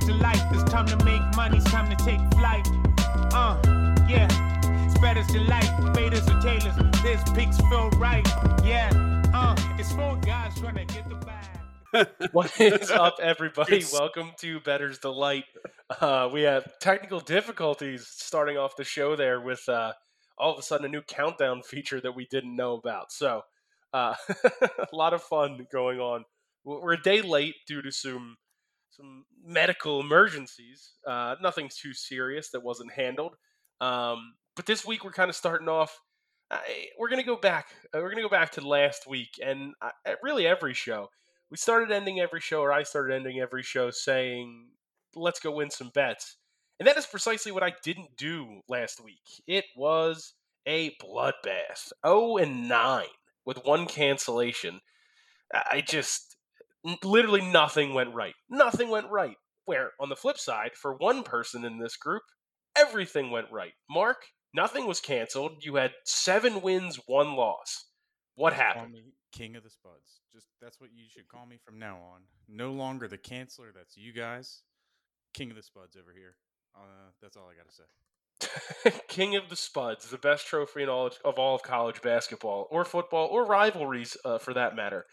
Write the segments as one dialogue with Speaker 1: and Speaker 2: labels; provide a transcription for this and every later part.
Speaker 1: to life. It's time to make money, it's time to take flight. Uh, yeah. Spreaders to light, faders or tailors. This pigs feel right. Yeah. Uh, it's four guys trying to get the bag.
Speaker 2: What is up, everybody? Welcome to Better's Delight. Uh, we had technical difficulties starting off the show there with uh, all of a sudden a new countdown feature that we didn't know about. So, uh, a lot of fun going on. We're we're a day late due to some some medical emergencies. Uh, nothing too serious that wasn't handled. Um, but this week we're kind of starting off. I, we're gonna go back. Uh, we're gonna go back to last week and uh, really every show we started ending every show, or I started ending every show saying, let's go win some bets. And that is precisely what I didn't do last week. It was a bloodbath 0 and 9 with one cancellation. I I just, n- literally nothing went right. Nothing went right. Where, on the flip side, for one person in this group, everything went right. Mark, nothing was canceled. You had seven wins, one loss. What happened?
Speaker 3: Call me King of the Spuds. Just that's what you should call me from now on. No longer the canceller. That's you guys. King of the Spuds over here. Uh, that's all I gotta say.
Speaker 2: King of the Spuds, the best trophy in all of all of college basketball or football or rivalries uh, for that matter.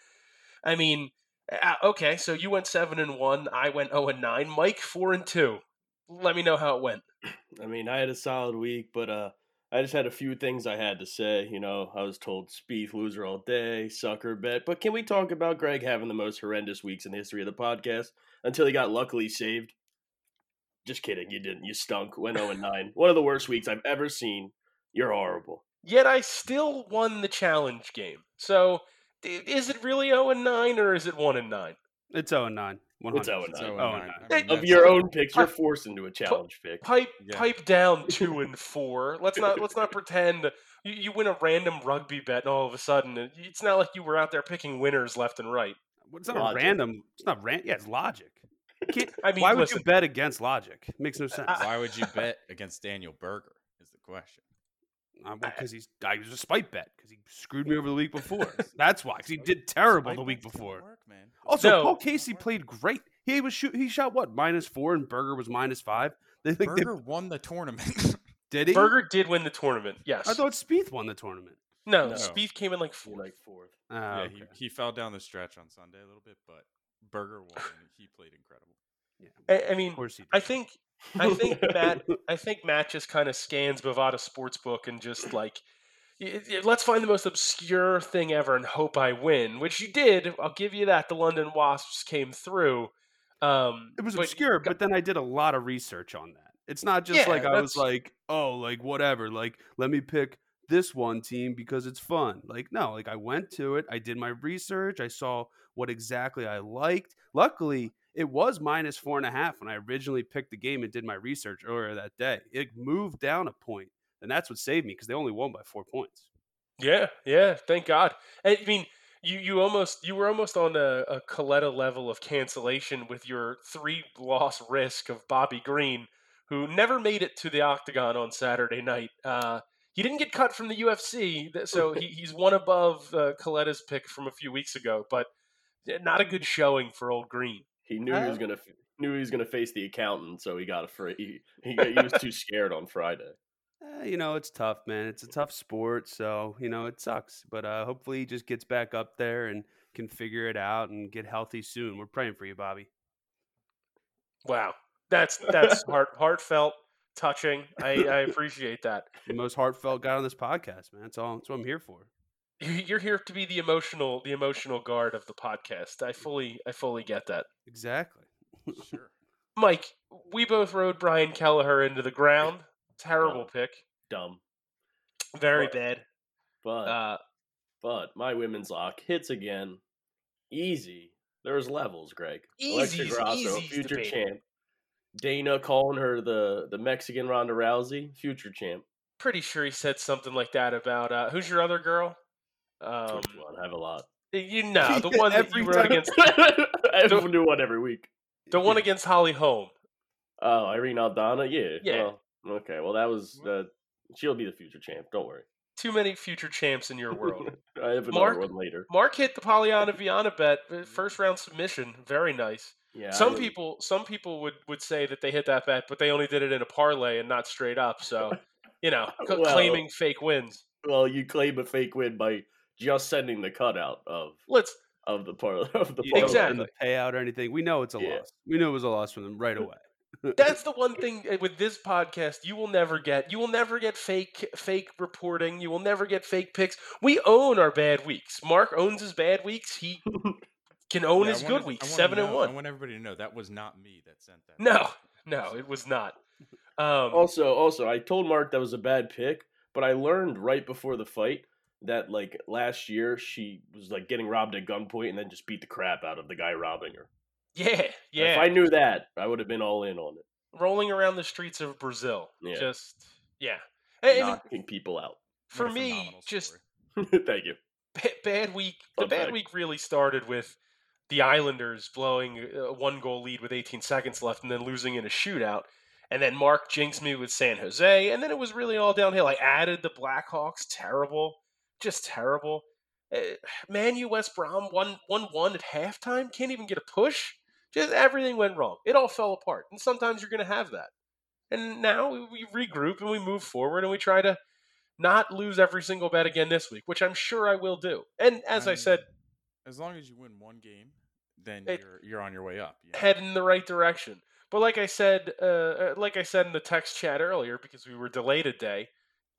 Speaker 2: I mean, uh, okay, so you went seven and one, I went zero and nine, Mike four and two. Let me know how it went.
Speaker 4: I mean, I had a solid week, but uh, I just had a few things I had to say. You know, I was told Spieth loser all day, sucker bet. But can we talk about Greg having the most horrendous weeks in the history of the podcast until he got luckily saved? Just kidding, you didn't. You stunk. Went 0 9. One of the worst weeks I've ever seen. You're horrible.
Speaker 2: Yet I still won the challenge game. So i- is it really zero and nine or is it one and nine?
Speaker 5: It's 0 and 9. 100.
Speaker 4: It's 0 and
Speaker 3: It's
Speaker 4: 9.
Speaker 3: oh
Speaker 5: Oh,
Speaker 3: nine.
Speaker 5: no.
Speaker 3: I mean,
Speaker 4: Of
Speaker 3: that's-
Speaker 4: your own picks, you're forced into a challenge pick.
Speaker 2: pipe
Speaker 3: Yeah.
Speaker 2: pipe down two and four. Let's not let's not pretend you, you win a random rugby bet and all of a sudden it- it's not like you were out there picking winners left and right.
Speaker 5: Well, It's not
Speaker 4: Logic.
Speaker 5: a random. It's not ran. Yeah, it's logic. You can't-
Speaker 2: I mean,
Speaker 5: why would
Speaker 2: listen,
Speaker 5: you bet against logic? It makes no sense. Uh,
Speaker 2: I-
Speaker 3: Why would you bet against Daniel Berger? Is the question.
Speaker 5: Because he's I was a spite bet because he screwed me over the week before. That's why. Because he did terrible
Speaker 3: Spike
Speaker 5: the week
Speaker 3: bets don't
Speaker 5: before.
Speaker 3: work, man.
Speaker 5: Also,
Speaker 2: No.
Speaker 5: Paul Casey played great. He was shoot. He shot what minus four, and Berger was minus five. They think they,
Speaker 3: Berger won the tournament.
Speaker 5: did he?
Speaker 2: Berger did win the tournament. Yes.
Speaker 5: I thought Spieth won the tournament.
Speaker 2: no,
Speaker 3: No.
Speaker 2: Spieth came in like
Speaker 4: You're
Speaker 2: four.
Speaker 4: like fourth.
Speaker 5: Oh,
Speaker 3: yeah,
Speaker 5: okay.
Speaker 3: he, he fell down the stretch on Sunday a little bit, but Berger won. and he played incredible.
Speaker 2: I, I mean,
Speaker 5: of course he did.
Speaker 2: I think I think Matt I think Matt just kind of scans Bovada Sportsbook and just like y- y- let's find the most obscure thing ever and hope I win, which you did. I'll give you that. The London Wasps came through. Um,
Speaker 5: it was
Speaker 2: but-
Speaker 5: obscure, but then I did a lot of research on that. It's not just
Speaker 2: Yeah,
Speaker 5: like I was
Speaker 2: that's-
Speaker 5: like, oh, like whatever, like let me pick this one team because it's fun. Like no, like I went to it, I did my research, I saw what exactly I liked. Luckily, it was minus four and a half when I originally picked the game and did my research earlier that day. It moved down a point, and that's what saved me because they only won by four points.
Speaker 2: Yeah, yeah. Thank God. I I mean, you you almost you were almost on a, a Coletta level of cancellation with your three loss risk of Bobby Green, who never made it to the octagon on Saturday night. Uh, he didn't get cut from the UFC, th- so he, he's one above uh, Coletta's pick from a few weeks ago, but eh, not a good showing for old Green.
Speaker 4: He knew
Speaker 2: Oh.
Speaker 4: he was gonna f- knew he was gonna face the accountant, so he got a free. He, he, got- he was too scared on Friday.
Speaker 5: Eh, you know, it's tough, man. It's a tough sport, so you know it sucks. But uh, hopefully, he just gets back up there and can figure it out and get healthy soon. We're praying for you, Bobby.
Speaker 2: Wow, that's that's heart heartfelt, touching. I, I appreciate that.
Speaker 5: The most heartfelt guy on this podcast, man. That's all. That's what I'm here for.
Speaker 2: You- You're here to be the emotional, the emotional guard of the podcast. I fully, I fully get that.
Speaker 5: Exactly.
Speaker 3: Sure.
Speaker 2: Mike, we both rode Brian Kelleher into the ground. Terrible pick,
Speaker 4: Dumb,
Speaker 2: very
Speaker 4: Right.
Speaker 2: bad.
Speaker 4: but
Speaker 2: Uh,
Speaker 4: but my women's lock hits again. Easy. There's levels, Greg.
Speaker 2: Easy's- easy's to
Speaker 4: future
Speaker 2: beat.
Speaker 4: champ. Dana calling her the the Mexican Ronda Rousey, future champ.
Speaker 2: pretty sure he said something like that about uh, who's your other girl? Um,
Speaker 4: Which one? I have a lot.
Speaker 2: you know the one that
Speaker 5: Every
Speaker 2: you rode
Speaker 5: time.
Speaker 2: against,
Speaker 4: I have a new one every week.
Speaker 2: the one against Holly Holm.
Speaker 4: Oh, Irene Aldana. Yeah.
Speaker 2: Yeah.
Speaker 4: Well, okay. Well, that was. Uh, she'll be the future champ. Don't worry.
Speaker 2: Too many future champs in your world.
Speaker 4: I have another
Speaker 2: Mark?
Speaker 4: one later.
Speaker 2: Mark hit the Pollyanna Viana bet, uh, first round submission, very nice.
Speaker 4: Yeah, I
Speaker 2: Some
Speaker 4: would-
Speaker 2: people, some people would would say that they hit that bet, but they only did it in a parlay and not straight up. So, you know, c-
Speaker 4: Well-
Speaker 2: claiming fake wins.
Speaker 4: Well, you claim a fake win by just sending the cutout of
Speaker 2: Let's
Speaker 4: of the par of the
Speaker 5: You
Speaker 4: parlay.
Speaker 5: don't send
Speaker 2: Exactly.
Speaker 5: the payout or anything. We know it's a
Speaker 4: Yeah.
Speaker 5: loss. We knew it was a loss for them right away.
Speaker 4: Uh,
Speaker 2: That's the one thing uh, with this podcast you will never get. You will never get fake fake reporting. You will never get fake picks. We own our bad weeks. Mark owns his bad weeks. He can own
Speaker 3: Yeah, I
Speaker 2: his
Speaker 3: wanted-
Speaker 2: good weeks.
Speaker 3: I wanna
Speaker 2: Seven and
Speaker 3: know-
Speaker 2: one.
Speaker 3: I want everybody to know that was not me that sent that.
Speaker 2: No, no, it was not. Um,
Speaker 4: Also, also, I told Mark that was a bad pick, but I learned right before the fight that like last year she was like getting robbed at gunpoint and then just beat the crap out of the guy robbing her.
Speaker 2: yeah, yeah.
Speaker 4: If I knew that, I would have been all in on it,
Speaker 2: Rolling around the streets of Brazil,
Speaker 4: Yeah.
Speaker 2: just yeah. I- I mean,
Speaker 4: knocking people out.
Speaker 3: What
Speaker 2: for
Speaker 3: a
Speaker 2: me,
Speaker 3: phenomenal
Speaker 2: just
Speaker 3: story.
Speaker 4: Thank you.
Speaker 2: ba- bad week. The
Speaker 4: Fun
Speaker 2: bad
Speaker 4: fact.
Speaker 2: week really started with the Islanders blowing uh, a one goal lead with 18 seconds left and then losing in a shootout. And then Mark jinxed me with San Jose. And then it was really all downhill. I added the Blackhawks. Terrible. Just terrible. Uh, Man U West Brom 1 1 1 at halftime. Can't even get a push. Just everything went wrong. It all fell apart. And sometimes you're going to have that. And now we, we regroup and we move forward and we try to not lose every single bet again this week, which I'm sure I will do. And as I
Speaker 3: I'm-
Speaker 2: said,
Speaker 3: as long as you win one game, then
Speaker 2: It-
Speaker 3: you're you're on your way up. you know?
Speaker 2: head in the right direction. But like I said, uh, uh, like I said in the text chat earlier, because we were delayed a day,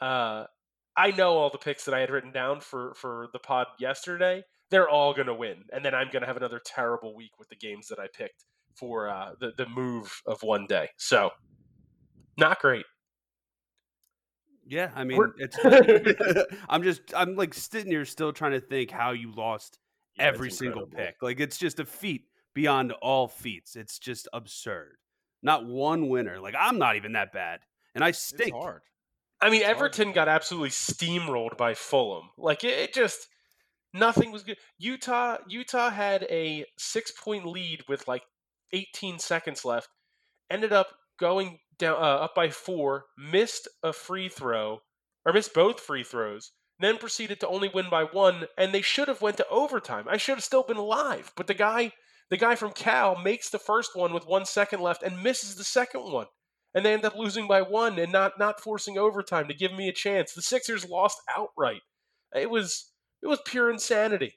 Speaker 2: uh, I know all the picks that I had written down for for the pod yesterday. They're all going to win, and then I'm going to have another terrible week with the games that I picked for uh, the the move of one day. So, not great.
Speaker 5: Yeah, I mean,
Speaker 2: We're-
Speaker 5: it's. I'm just, I'm like sitting here still trying to think how you lost
Speaker 4: Yeah, it's
Speaker 5: every single
Speaker 4: incredible.
Speaker 5: pick. Like it's just a feat beyond all feats. It's just absurd. Not one winner. Like I'm not even that bad, and I
Speaker 3: it's
Speaker 5: stink.
Speaker 3: hard.
Speaker 2: I mean,
Speaker 3: It's hard to
Speaker 2: Everton got absolutely steamrolled by Fulham. Like it, it just nothing was good. Utah Utah had a six point lead with like 18 seconds left. Ended up going down uh, up by four. Missed a free throw or missed both free throws. Then proceeded to only win by one, and they should have went to overtime. I should have still been alive, but the guy the guy from Cal makes the first one with one second left and misses the second one and they end up losing by one and not not forcing overtime to give me a chance. The Sixers lost outright. It was it was pure insanity.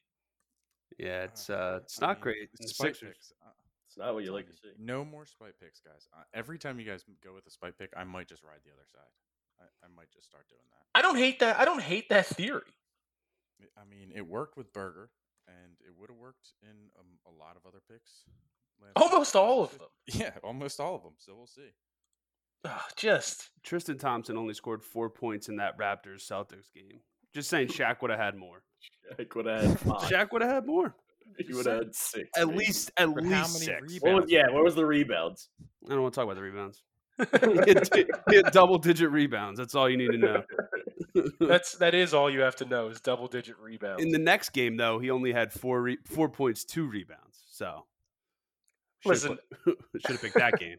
Speaker 5: Yeah, it's
Speaker 3: Uh,
Speaker 5: uh, it's
Speaker 3: I
Speaker 5: not
Speaker 3: mean,
Speaker 5: great. And the
Speaker 3: spite
Speaker 5: Sixers-
Speaker 3: picks, uh,
Speaker 4: It's not what you
Speaker 3: telling
Speaker 4: like to see.
Speaker 3: No more spite picks, guys. Uh, every time you guys m- go with a spite pick, I might just ride the other side. I, I might just start doing that.
Speaker 2: I don't hate that. I don't hate that theory.
Speaker 3: It- I mean, it worked with Burger, and it would have worked in um, a lot of other picks. last week,
Speaker 2: Almost
Speaker 3: so we'll
Speaker 2: all of
Speaker 3: see.
Speaker 2: them.
Speaker 3: Yeah, almost all of them. So we'll see.
Speaker 2: Ugh, just
Speaker 5: Tristan Thompson only scored four points in that Raptors Celtics game. Just saying, Shaq would have had more.
Speaker 4: Shaq would have had five.
Speaker 5: Shaq would have had more.
Speaker 4: he would have had six.
Speaker 5: At
Speaker 4: maybe.
Speaker 5: least, at
Speaker 3: But
Speaker 5: least
Speaker 3: how many
Speaker 5: six.
Speaker 3: rebounds?
Speaker 4: What was, yeah, what was the rebounds?
Speaker 5: I don't want to talk about the rebounds. he, had t- he had double digit rebounds. That's all you need to know.
Speaker 2: that's that is all you have to know is double digit rebounds.
Speaker 5: In the next game, though, he only had four re- four points, two rebounds. So,
Speaker 2: Listen.
Speaker 5: should have picked that game.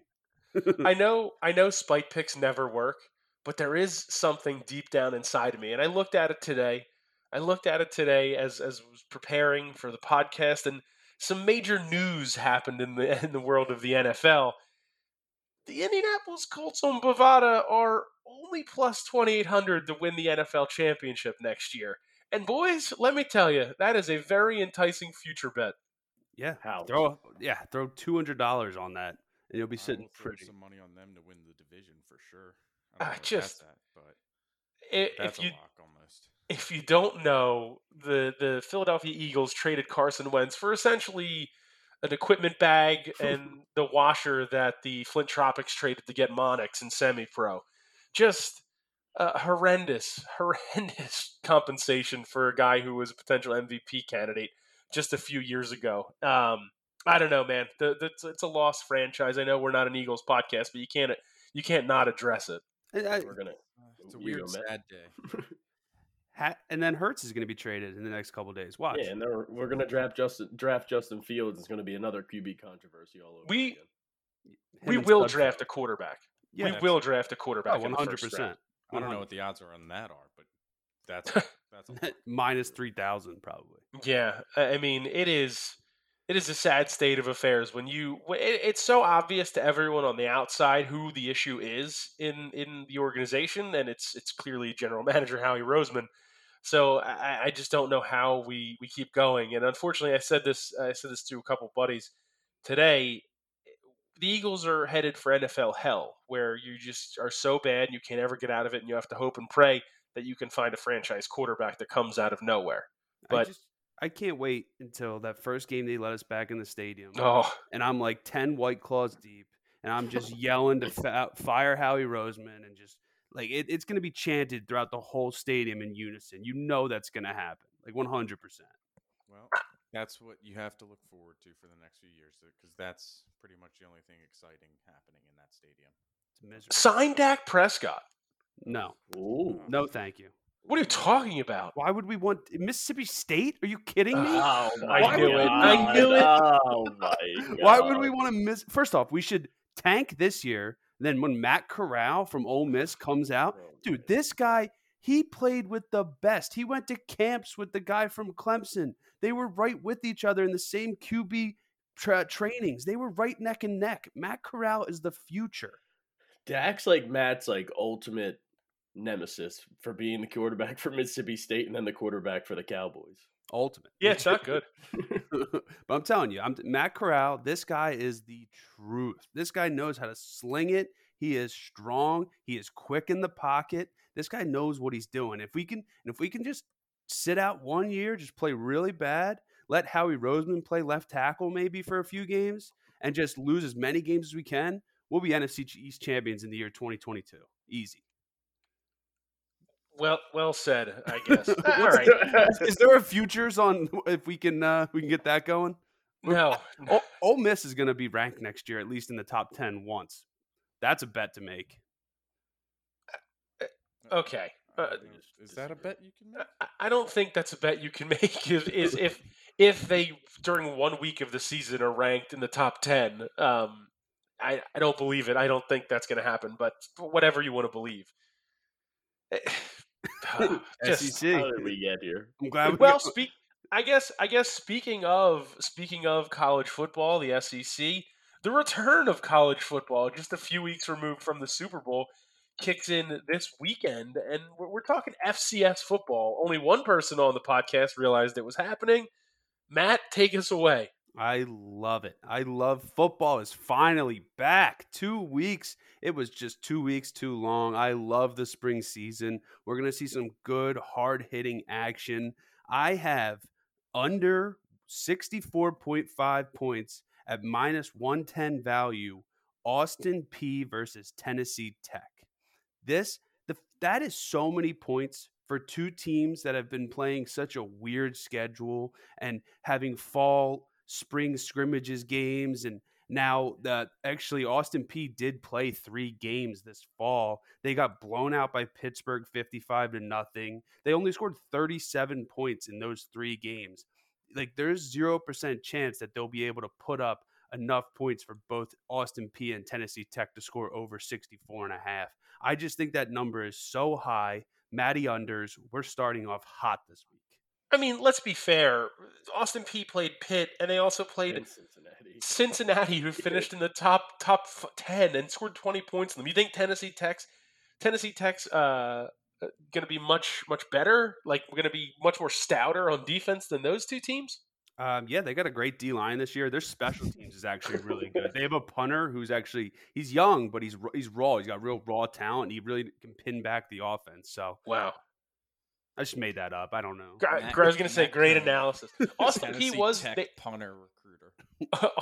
Speaker 2: I know I know spite picks never work, but there is something deep down inside of me. And I looked at it today. I looked at it today as as was preparing for the podcast and some major news happened in the in the world of the NFL. The Indianapolis Colts on Bovada are only plus 2800 to win the NFL championship next year. And boys, let me tell you, that is a very enticing future bet.
Speaker 5: Yeah,
Speaker 4: How?
Speaker 5: throw yeah, throw two hundred dollars on that, and you'll be
Speaker 3: I
Speaker 5: sitting
Speaker 3: will throw
Speaker 5: pretty.
Speaker 3: some money on them to win the division for sure.
Speaker 2: Ah,
Speaker 3: I don't know if that's
Speaker 2: just-
Speaker 3: that, but
Speaker 2: I-
Speaker 3: that's
Speaker 2: if you
Speaker 3: a lock almost.
Speaker 2: if you don't know, the the Philadelphia Eagles traded Carson Wentz for essentially an equipment bag and the washer that the Flint Tropics traded to get Monix and Semi Pro. Just uh, horrendous, horrendous compensation for a guy who was a potential MVP candidate just a few years ago. Um, I don't know, man. The, the, it's, it's a lost franchise. I know we're not an Eagles podcast, but you can't you can't not address it.
Speaker 5: And, I-
Speaker 4: We're gonna.
Speaker 3: Uh, it's a
Speaker 4: you
Speaker 3: weird,
Speaker 4: know, Matt.
Speaker 3: sad day.
Speaker 5: ha- and then Hertz is going to be traded in the next couple days. Watch.
Speaker 4: Yeah, and then we're, we're gonna draft Justin draft Justin Fields. It's gonna be another QB controversy all over.
Speaker 2: We-
Speaker 4: again.
Speaker 5: Him
Speaker 2: We
Speaker 5: and
Speaker 2: will
Speaker 5: Stud-
Speaker 2: draft a quarterback.
Speaker 5: Yeah, Oh,
Speaker 2: we will draft a quarterback.
Speaker 5: one
Speaker 2: in the
Speaker 5: hundred
Speaker 2: first round.
Speaker 5: percent. Mm-hmm.
Speaker 3: I don't know what the odds are on that are, but that's a- that's a lock.
Speaker 5: Minus three thousand, probably.
Speaker 2: Yeah, I I mean, it is. it is a sad state of affairs when you wh- it, it's so obvious to everyone on the outside who the issue is in in the organization and it's it's clearly general manager howie roseman so i, I just don't know how we we keep going and unfortunately i said this i said this to a couple buddies today the eagles are headed for nfl hell where you just are so bad and you can't ever get out of it and you have to hope and pray that you can find a franchise quarterback that comes out of nowhere
Speaker 5: I
Speaker 2: But-
Speaker 5: just I can't wait until that first game they let us back in the stadium,
Speaker 2: oh
Speaker 5: and I'm like ten white claws deep, and I'm just yelling to fa- fire Howie Roseman, and just like it, it's gonna be chanted throughout the whole stadium in unison. You know that's gonna happen, like 100. percent
Speaker 3: Well, that's what you have to look forward to for the next few years because that's pretty much the only thing exciting happening in that stadium.
Speaker 5: It's miserable.
Speaker 2: sign dak prescott
Speaker 5: No,
Speaker 4: Ooh.
Speaker 5: no, thank you.
Speaker 2: what are you talking about
Speaker 5: Why would we want Mississippi State? Are you kidding me?
Speaker 2: Uh,
Speaker 4: Oh,
Speaker 2: I
Speaker 4: my
Speaker 2: knew it. I
Speaker 4: God.
Speaker 2: knew it.
Speaker 4: Oh my God.
Speaker 5: Why would we want to miss? First off, we should tank this year. Then when Matt Corral from Ole Miss comes out, dude, this guy he played with the best. He went to camps with the guy from Clemson. They were right with each other in the same QB tra- trainings. They were right neck and neck. Matt Corral is the future.
Speaker 4: Dak's like Matt's like ultimate nemesis for being the quarterback for Mississippi State and then the quarterback for the Cowboys.
Speaker 5: Ultimate.
Speaker 2: yeah it's not good
Speaker 5: but I'm telling you, I'm Matt Corral. This guy is the truth. This guy knows how to sling it. He is strong. He is quick in the pocket. This guy knows what he's doing. If we can, and if we can just sit out one year, just play really bad, let Howie Roseman play left tackle maybe for a few games, and just lose as many games as we can, we'll be NFC Ch- East champions in the year 2022. Easy.
Speaker 2: Well, well said. I guess.
Speaker 5: What's
Speaker 2: All right.
Speaker 5: Is there a futures on if we can uh, we can get that going?
Speaker 2: No.
Speaker 5: O- Ole Miss is going to be ranked next year, at least in the top 10 once. That's a bet to make.
Speaker 3: Uh,
Speaker 2: Okay.
Speaker 3: I
Speaker 2: Uh,
Speaker 3: don't know. is that a bet you can make?
Speaker 2: I- I don't think that's a bet you can make. Is, is if if they during one week of the season are ranked in the top ten. Um, I I don't believe it. I don't think that's going to happen. But whatever you want to believe. Just,
Speaker 5: SEC.
Speaker 4: How did we get here?
Speaker 5: I'm glad we
Speaker 2: well, speak. I guess. I guess. Speaking of speaking of college football, the SEC, the return of college football, just a few weeks removed from the Super Bowl, kicks in this weekend, and we're, we're talking FCS football. Only one person on the podcast realized it was happening. Matt, take us away.
Speaker 5: I love it. I love football is finally back. Two weeks. It was just two weeks too long. I love the spring season. We're going to see some good, hard hitting action. I have under 64.5 points at minus 110 value Austin P versus Tennessee Tech. This the that is so many points for two teams that have been playing such a weird schedule and having fall spring scrimmages games and now the actually Austin P did play 3 games this fall. They got blown out by Pittsburgh 55 to nothing. They only scored 37 points in those 3 games. Like there's 0% chance that they'll be able to put up enough points for both Austin P and Tennessee Tech to score over 64 and a half. I just think that number is so high. Matty unders, we're starting off hot this week.
Speaker 2: I mean, let's be fair. Austin P played Pitt, and they also played
Speaker 4: In Cincinnati.
Speaker 2: Cincinnati, who finished in the top top f- ten and scored twenty points in them. You think Tennessee Tech's Tennessee Tech's uh, going to be much much better? Like we're going to be much more stouter on defense than those two teams?
Speaker 5: Um, yeah, they got a great D line this year. Their special teams is actually really good. They have a punter who's actually he's young, but he's r- he's raw. He's got real raw talent. He really can pin back the offense. So
Speaker 2: Wow,
Speaker 5: I just made that up. I don't know.
Speaker 2: I,
Speaker 6: Matt-
Speaker 2: I was going to say
Speaker 6: Matt
Speaker 2: great
Speaker 6: Kelly.
Speaker 2: analysis. Austin P
Speaker 6: Tennessee
Speaker 2: was
Speaker 6: Tech
Speaker 2: they-
Speaker 6: punter recruiter.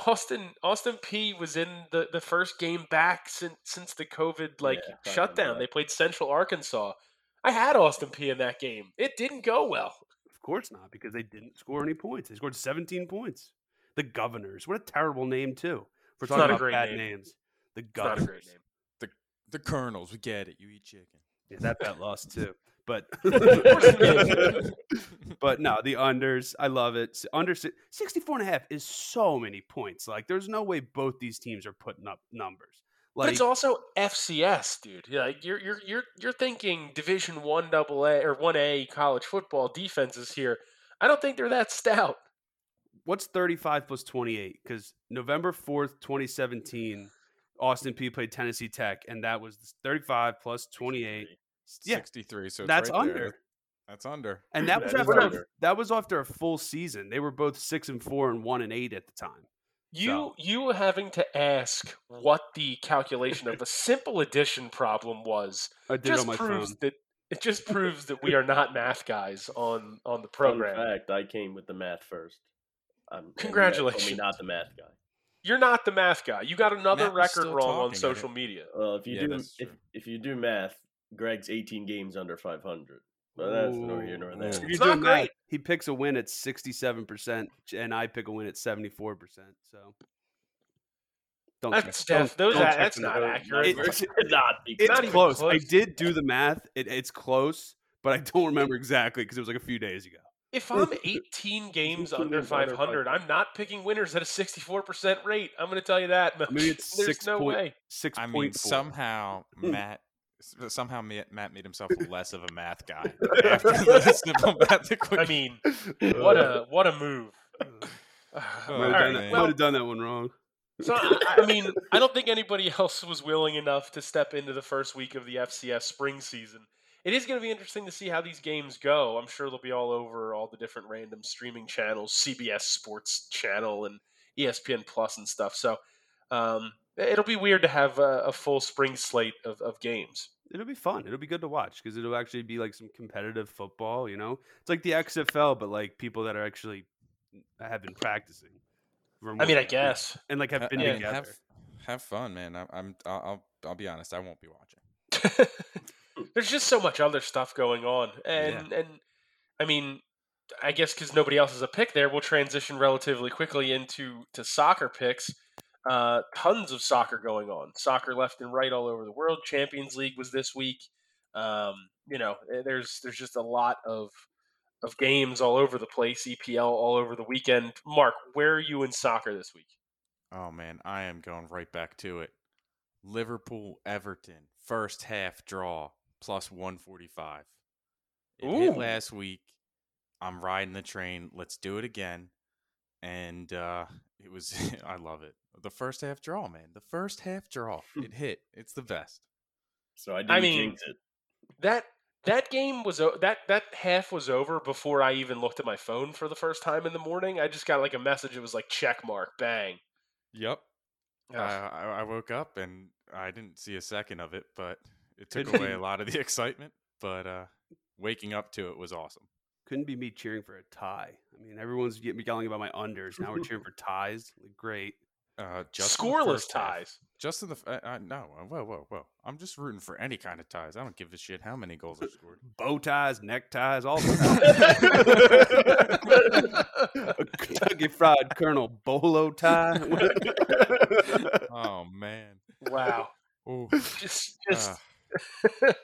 Speaker 2: Austin Austin P was in the, the first game back since since the COVID like
Speaker 4: Yeah, I remember
Speaker 2: shutdown.
Speaker 4: that.
Speaker 2: They played Central Arkansas. I had Austin P in that game. It didn't go well.
Speaker 5: Of course not, because they didn't score any points. They scored 17 points. The Governors. What a terrible name too. If We're
Speaker 2: It's not
Speaker 5: talking
Speaker 2: a
Speaker 5: about
Speaker 2: great
Speaker 5: bad
Speaker 2: name.
Speaker 5: names. The
Speaker 2: It's not
Speaker 5: Governors.
Speaker 2: a great name.
Speaker 3: The Colonels, we get it. You eat chicken.
Speaker 5: Yeah, that bet lost too. But
Speaker 2: course
Speaker 5: but no, the unders, I love it. S- Under si- 64 and a half is so many points. Like there's no way both these teams are putting up numbers.
Speaker 2: but
Speaker 5: Like
Speaker 2: it's also FCS, dude. Yeah, like you're you're you're you're thinking Division One double A or one A college football defenses here. I don't think they're that stout.
Speaker 5: what's 35 plus 28? Because November 4th, 2017, Austin P played Tennessee Tech, and that was 35 plus 28. Yeah.
Speaker 3: 63. So it's
Speaker 5: That's
Speaker 3: right there.
Speaker 5: under.
Speaker 3: That's under.
Speaker 5: And that was
Speaker 2: That is
Speaker 5: after
Speaker 2: under.
Speaker 5: that was after a full season. They were both six and four and one and eight at the time.
Speaker 2: You
Speaker 5: So-
Speaker 2: you having to ask what the calculation of a simple addition problem was
Speaker 5: I did it
Speaker 2: just
Speaker 5: on my
Speaker 2: proves
Speaker 5: phone.
Speaker 2: that it just proves that we are not math guys on on the
Speaker 4: Fun
Speaker 2: program.
Speaker 4: fact, I came with the math first. I'm, and you guys told Me
Speaker 2: Congratulations.
Speaker 4: not the math guy.
Speaker 2: You're not the math guy. You got another
Speaker 3: Matt was
Speaker 2: record
Speaker 3: still
Speaker 2: wrong on
Speaker 3: talking at
Speaker 2: social
Speaker 3: it.
Speaker 2: media.
Speaker 4: Well, Uh, if you
Speaker 3: Yeah,
Speaker 4: do
Speaker 3: that's
Speaker 4: if,
Speaker 3: true.
Speaker 4: if you do math, Greg's 18 games under 500. But that's nor here nor there.
Speaker 5: If
Speaker 3: Ooh.
Speaker 5: you're
Speaker 2: It's not
Speaker 5: doing that,
Speaker 2: great.
Speaker 5: He picks a win at 67%, and I pick a win at 74%. So don't check-
Speaker 2: That's
Speaker 5: don't-
Speaker 2: Steph. Those
Speaker 5: don't
Speaker 2: are-
Speaker 5: check
Speaker 2: that's
Speaker 5: the
Speaker 2: not
Speaker 5: vote.
Speaker 2: accurate.
Speaker 5: It-
Speaker 4: It's not because
Speaker 5: It's
Speaker 2: Not even
Speaker 5: close. I
Speaker 2: close.
Speaker 5: did do the math. It, it's close, but I don't remember exactly because it was like a few days ago.
Speaker 2: If I'm 18 games under 500, I'm not picking winners at a 64% rate. I'm going to tell you that. Mel.
Speaker 5: Maybe it's
Speaker 2: There's
Speaker 5: six
Speaker 2: no
Speaker 5: point-
Speaker 2: way.
Speaker 5: Six
Speaker 3: I mean,
Speaker 5: point four. Hmm.
Speaker 3: somehow Matt. s- Somehow Ma- Matt made himself less of a math guy after the simple math
Speaker 2: I mean, what a what a move.
Speaker 5: Might
Speaker 2: All right.
Speaker 3: Might've
Speaker 5: have done,
Speaker 3: Alright,
Speaker 5: that-
Speaker 2: well-
Speaker 5: might have done that one wrong.
Speaker 2: So I I mean, I don't think anybody else was willing enough to step into the first week of the FCS spring season. It is going to be interesting to see how these games go. I'm sure they'll be all over all the different random streaming channels, CBS Sports Channel and E ESPN Plus and stuff. So um, it'll be weird to have a, a full spring slate of, of games.
Speaker 5: It'll be fun. It'll be good to watch because it'll actually be like some competitive football. You know, it's like the XFL, but like people that are actually mm, have been practicing.
Speaker 2: I mean, I
Speaker 5: remotely
Speaker 2: guess.
Speaker 5: Uh, and like have been
Speaker 2: mean,
Speaker 5: together.
Speaker 3: Uh, have, have fun, man. I, I'm. I'll, I'll. I'll be honest. I won't be watching.
Speaker 2: There's just so much other stuff going on, and and I mean, I guess because nobody else is a pick there, we'll transition relatively quickly into to soccer picks. Uh, tons of soccer going on, soccer left and right all over the world. Champions League was this week. Um, you know, eh, there's there's just a lot of of games all over the place. EPL all over the weekend. Mark, where are you in soccer this week?
Speaker 3: Oh man, I am going right back to it. Liverpool Everton first half draw plus 145. It
Speaker 2: Ooh.
Speaker 3: hit last week. I'm riding the train. Let's do it again. And uh it was I love it. The first half draw, man. The first half draw. It hit. It's the best.
Speaker 4: So I didn't
Speaker 2: mean-
Speaker 4: jinx it.
Speaker 2: that that game was o- that that half was over before I even looked at my phone for the first time in the morning. I just got like a message. It was like check mark, bang.
Speaker 3: Yep. I,
Speaker 2: Ugh.
Speaker 3: I I woke up and I didn't see a second of it, but it took
Speaker 5: Didn't
Speaker 3: away a
Speaker 5: you?
Speaker 3: lot of the excitement, but uh waking up to it was awesome.
Speaker 5: Couldn't be me cheering for a tie. I mean, everyone's getting me yelling about my unders. Now we're cheering for ties. Like, great.
Speaker 3: Uh just in the
Speaker 2: Scoreless
Speaker 3: first half-
Speaker 2: ties.
Speaker 3: Just in the f- uh, uh, no, uh, whoa, whoa, whoa! I'm just rooting for any kind of ties. I don't give a shit how many goals are scored.
Speaker 5: Bow ties, neckties, all the
Speaker 2: I
Speaker 5: A Kentucky Fried Colonel bolo tie.
Speaker 3: oh man,
Speaker 2: wow,
Speaker 3: oh,
Speaker 2: just just
Speaker 3: that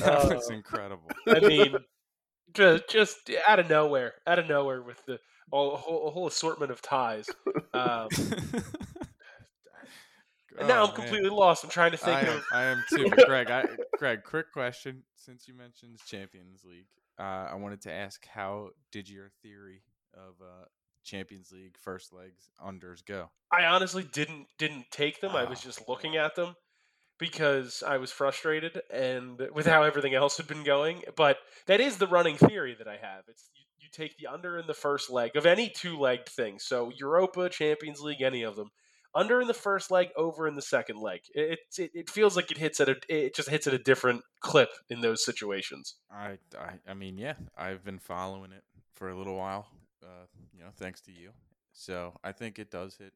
Speaker 3: was
Speaker 2: Oh.
Speaker 3: incredible.
Speaker 2: I mean, just just out of nowhere, out of nowhere with the all, a, whole, a whole assortment of ties. Um, and now
Speaker 3: Oh,
Speaker 2: I'm
Speaker 3: man.
Speaker 2: completely lost. I'm trying to think
Speaker 3: I am,
Speaker 2: of
Speaker 3: I am too. But Greg, I, Greg, quick question. Since you mentioned Champions League, uh, I wanted to ask how did your theory of uh, Champions League first legs unders go?
Speaker 2: I honestly didn't didn't take them. I was
Speaker 3: Oh.
Speaker 2: just looking at them because I was frustrated and with how everything else had been going. But that is the running theory that I have. It's you, you take the under in the first leg of any two legged thing. So Europa, Champions League, any of them. Under in the first leg, over in the second leg. It it, it- it feels like it hits at a it just hits at a different clip in those situations.
Speaker 3: I, I, I mean, yeah, I've been following it for a little while, uh, you know, thanks to you. So I think it does hit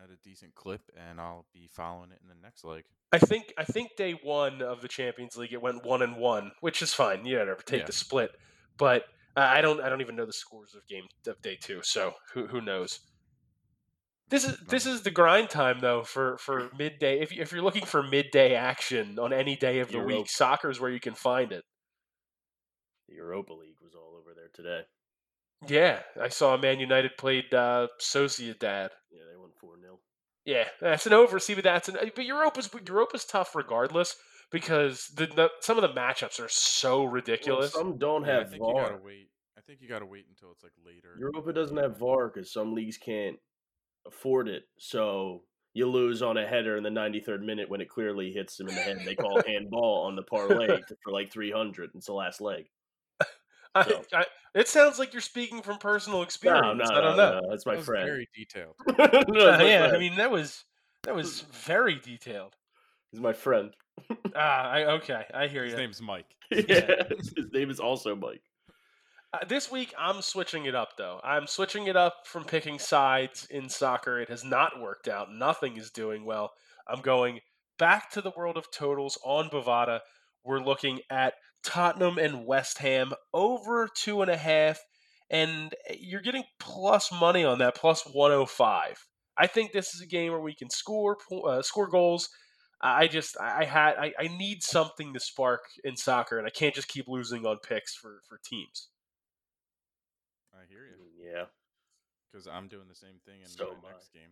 Speaker 3: at a decent clip, and I'll be following it in the next leg.
Speaker 2: I think I think day one of the Champions League it went one and one, which is fine. You never take
Speaker 3: Yeah.
Speaker 2: the split, but I I don't I don't even know the scores of game of day two, so who who knows? This is this is the grind time though for for midday. If you- if you're looking for midday action on any day of the
Speaker 4: You're
Speaker 2: week,
Speaker 4: open.
Speaker 2: soccer is where you can find it.
Speaker 4: The Europa League was all over there today.
Speaker 2: Yeah, I saw Man United played uh, Sociedad.
Speaker 4: Yeah, they won 4 0.
Speaker 2: Yeah, that's an over. See, but that's an but Europa's but Europa's tough regardless because the, the some of the matchups are so ridiculous.
Speaker 4: some don't
Speaker 3: Yeah, I
Speaker 4: have
Speaker 3: think you gotta
Speaker 4: VAR.
Speaker 3: wait. I think you got to wait until it's like later.
Speaker 4: Europa doesn't have VAR because some leagues can't afford it. So you lose on a header in the 93rd minute when it clearly hits him in the head. They call handball on the parlay for like 300. It's the last leg.
Speaker 2: I,
Speaker 4: So-
Speaker 2: I, it sounds like you're speaking from personal experience.
Speaker 4: No, no,
Speaker 2: I don't
Speaker 4: no,
Speaker 2: know.
Speaker 4: no, That's
Speaker 3: That
Speaker 4: my
Speaker 3: was
Speaker 4: friend.
Speaker 3: very detailed.
Speaker 4: No, that's
Speaker 2: Uh,
Speaker 4: my
Speaker 2: yeah, I
Speaker 4: friend.
Speaker 2: mean that was that was very detailed.
Speaker 4: He's my friend.
Speaker 2: Ah, I, okay, I hear
Speaker 3: His
Speaker 2: you.
Speaker 3: name's Mike.
Speaker 4: Yeah. His name is also Mike.
Speaker 2: Uh, this week, I'm switching it up, though. I'm switching it up from picking sides in soccer. It has not worked out. Nothing is doing well. I'm going back to the world of totals on Bovada. We're looking at Tottenham and West Ham over two and a half, and eh, you're getting plus money on that, plus 105. I think this is a game where we can score po- uh, score goals. I I just I I had I, I need something to spark in soccer, and I can't just keep losing on picks for for teams.
Speaker 3: I hear you
Speaker 4: Yeah.
Speaker 3: because I'm doing the same thing in
Speaker 4: So am
Speaker 3: my next game.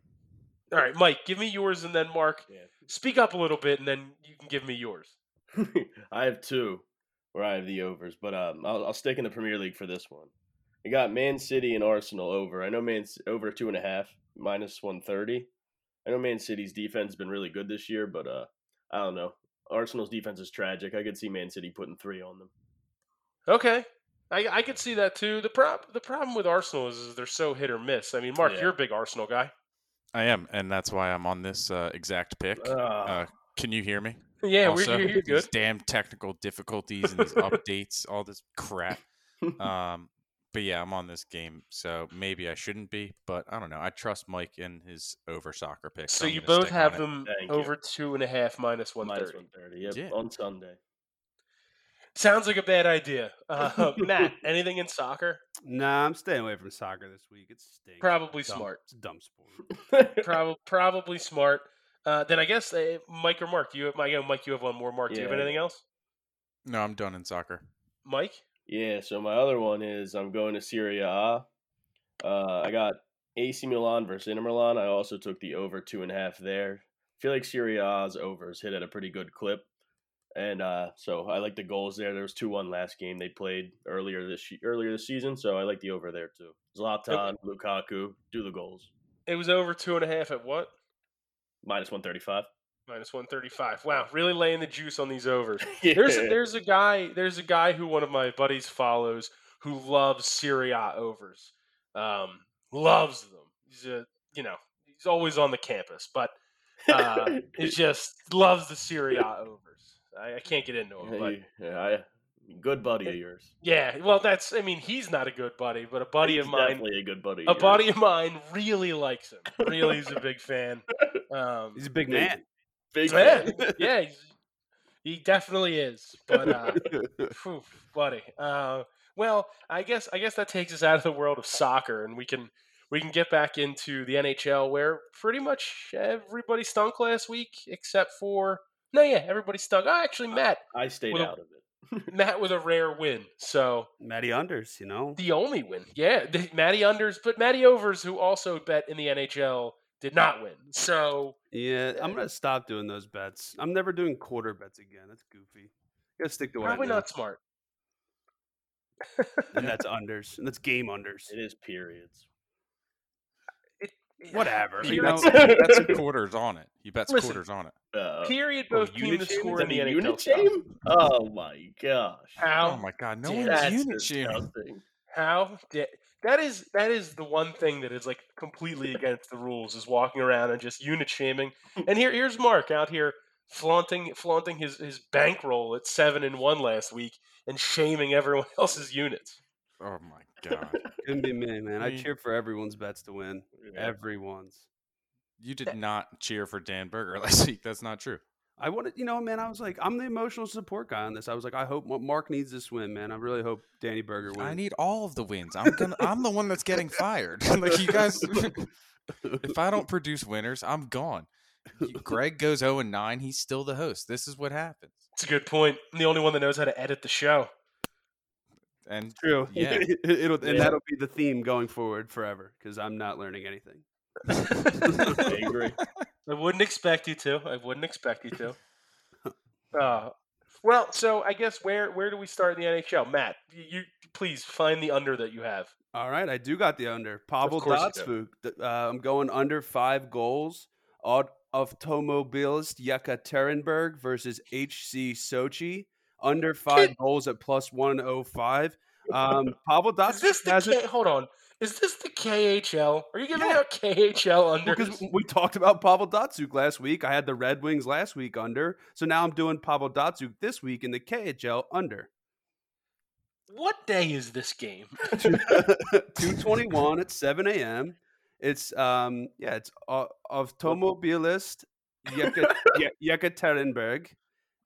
Speaker 2: All right, Mike, give me yours, and then Mark,
Speaker 4: Yeah.
Speaker 2: speak up a little bit, and then you can give me yours.
Speaker 4: I have two where I have the overs, but um, I'll, I'll stick in the Premier League for this one. I got Man City and Arsenal over. I know Man C- over two and a half minus one thirty. I know Man City's defense has been really good this year, but uh, I don't know. Arsenal's defense is tragic. I could see Man City putting three on them.
Speaker 2: Okay, I, I could see that too. The prob- the problem with Arsenal is, is they're so hit or miss. I mean, Mark,
Speaker 4: Yeah.
Speaker 2: you're a big Arsenal guy.
Speaker 3: I am, and that's why I'm on this uh, exact pick.
Speaker 4: Ah,
Speaker 3: Uh, can you hear me?
Speaker 2: Yeah,
Speaker 3: also,
Speaker 2: we're, you're, you're
Speaker 3: these
Speaker 2: good.
Speaker 3: damn technical difficulties and these updates, all this crap. Um, but yeah, I'm on this game, so maybe I shouldn't be, but I don't know. I trust Mike and his over soccer pick.
Speaker 2: So you both have them
Speaker 4: Thank you.
Speaker 2: over two and a half minus one
Speaker 4: minus
Speaker 2: thirty.
Speaker 4: one thirty. Yep,
Speaker 3: Yeah.
Speaker 4: on Sunday.
Speaker 2: Sounds like a bad idea. Uh, Matt, anything in soccer?
Speaker 5: Nah, I'm staying away from soccer this week. It's stinks.
Speaker 2: Probably
Speaker 5: It's dumb-
Speaker 2: smart.
Speaker 5: It's a dumb sport.
Speaker 2: Probably probably smart. Uh, then I guess uh, Mike or Mark, you have Mike. Mike, you have one more. Mark, do you have
Speaker 4: Yeah.
Speaker 2: anything else?
Speaker 3: No, I'm done in soccer.
Speaker 2: Mike.
Speaker 4: Yeah, so my other one is I'm going to Syria. A. Uh, I got AC Milan versus Inter Milan. I also took the over two and a half there. I feel like Syria A's overs hit at a pretty good clip, and uh, so I like the goals there. There was two one last game they played earlier this ye- earlier this season, so I like the over there too. Zlatan, Lukaku, do the goals
Speaker 2: It was over two and a half at what?
Speaker 4: minus one thirty five.
Speaker 2: Minus one thirty five. Wow, really laying the juice on these overs. There's a, there's a guy there's a guy who one of my buddies follows who loves Syria overs. Um, loves them. He's a you know he's always on the campus, but uh, he just loves the Syria overs. I, I can't get into him, but
Speaker 4: yeah, I, good buddy of yours.
Speaker 2: yeah. Well, that's I mean he's not a good buddy, but a buddy of
Speaker 4: He's
Speaker 2: mine.
Speaker 4: definitely a good buddy.
Speaker 2: A
Speaker 4: of yours.
Speaker 2: buddy of mine really likes him. Really, is a big fan. Um,
Speaker 5: He's a big
Speaker 4: Dude.
Speaker 5: man.
Speaker 4: Big
Speaker 2: yeah,
Speaker 4: fan.
Speaker 2: yeah, he's, he definitely is. But uh, phew, buddy, uh, well, I guess I guess that takes us out of the world of soccer, and we can we can get back into the NHL, where pretty much everybody stunk last week, except for no, yeah, everybody stunk. Ah, actually, Matt,
Speaker 4: I stayed
Speaker 2: Well,
Speaker 4: out of it.
Speaker 2: Matt with a rare win, so
Speaker 5: Matty Unders, you know.
Speaker 2: the only win, yeah, the, Matty unders, but Matty overs, who also bet in the NHL, did not win. So
Speaker 5: Yeah, I'm gonna stop doing those bets. I'm never doing quarter bets again. That's goofy. gotta stick to what
Speaker 2: probably
Speaker 5: I do.
Speaker 2: not smart.
Speaker 5: And that's unders. And that's game unders.
Speaker 4: It is periods.
Speaker 5: Whatever.
Speaker 3: You
Speaker 5: You
Speaker 3: know,
Speaker 5: know,
Speaker 3: he bets quarters on it. He bets
Speaker 2: Listen,
Speaker 3: quarters on it.
Speaker 4: Uh,
Speaker 2: Period.
Speaker 5: oh,
Speaker 2: Both teams
Speaker 5: unit
Speaker 2: to
Speaker 5: shame?
Speaker 2: score
Speaker 4: is
Speaker 2: in
Speaker 4: that
Speaker 2: the
Speaker 4: a
Speaker 2: NHL.
Speaker 4: unit
Speaker 2: style.
Speaker 4: shame? Oh my gosh.
Speaker 2: How
Speaker 3: Oh my god, no
Speaker 2: Dude,
Speaker 3: one's
Speaker 2: that's
Speaker 3: unit shaming.
Speaker 4: disgusting.
Speaker 2: How da- that is that is the one thing that is like completely against the rules is walking around and just unit shaming. And here here's Mark out here flaunting flaunting his his bankroll at seven and one last week and shaming everyone else's units.
Speaker 3: Oh my god,
Speaker 5: couldn't be me, man. I
Speaker 3: Me.
Speaker 5: cheer for everyone's bets to win.
Speaker 4: Yeah.
Speaker 5: Everyone's.
Speaker 3: you did not cheer for Dan Berger last week. That's not true.
Speaker 5: I wanted, you know, man. I was like, I'm the emotional support guy on this. I was like, I hope Ma- Mark needs this win, man. I really hope Danny Berger wins.
Speaker 3: I need all of the wins. I'm gonna. I'm the one that's getting fired. like you guys, if I don't produce winners, I'm gone. You- Greg goes 0 and 9. He's still the host. This is what happens.
Speaker 2: It's a good point. I'm the only one that knows how to edit the show.
Speaker 3: And
Speaker 5: True.
Speaker 3: Yeah.
Speaker 5: It'll and
Speaker 4: Yeah.
Speaker 5: that'll be the theme going forward forever because I'm not learning anything.
Speaker 4: I agree.
Speaker 2: I wouldn't expect you to. I wouldn't expect you to. Uh, Well, so I guess where where do we start in the NHL, Matt? You, you please find the under that you have.
Speaker 5: All right, I do got the under. Pavel
Speaker 2: course you
Speaker 5: Datsyuk. th- Uh, I'm going under five goals. Od- Automobilist Yekaterinburg versus HC Sochi. Under five goals at plus 105. Um, Pavel
Speaker 2: Is this
Speaker 5: Datsyuk
Speaker 2: the
Speaker 5: has
Speaker 2: K-
Speaker 5: it
Speaker 2: hold on? Is this the KHL? Are you giving
Speaker 5: Yeah.
Speaker 2: out KHL under?
Speaker 5: because we talked about Pavel Datsyuk last week. I had the Red Wings last week under. So now I'm doing Pavel Datsyuk this week in the KHL under.
Speaker 2: what day is this game?
Speaker 5: 221 at 7 a.m. It's um yeah, it's uh, automobilist Yeka- Ye- Yekaterinburg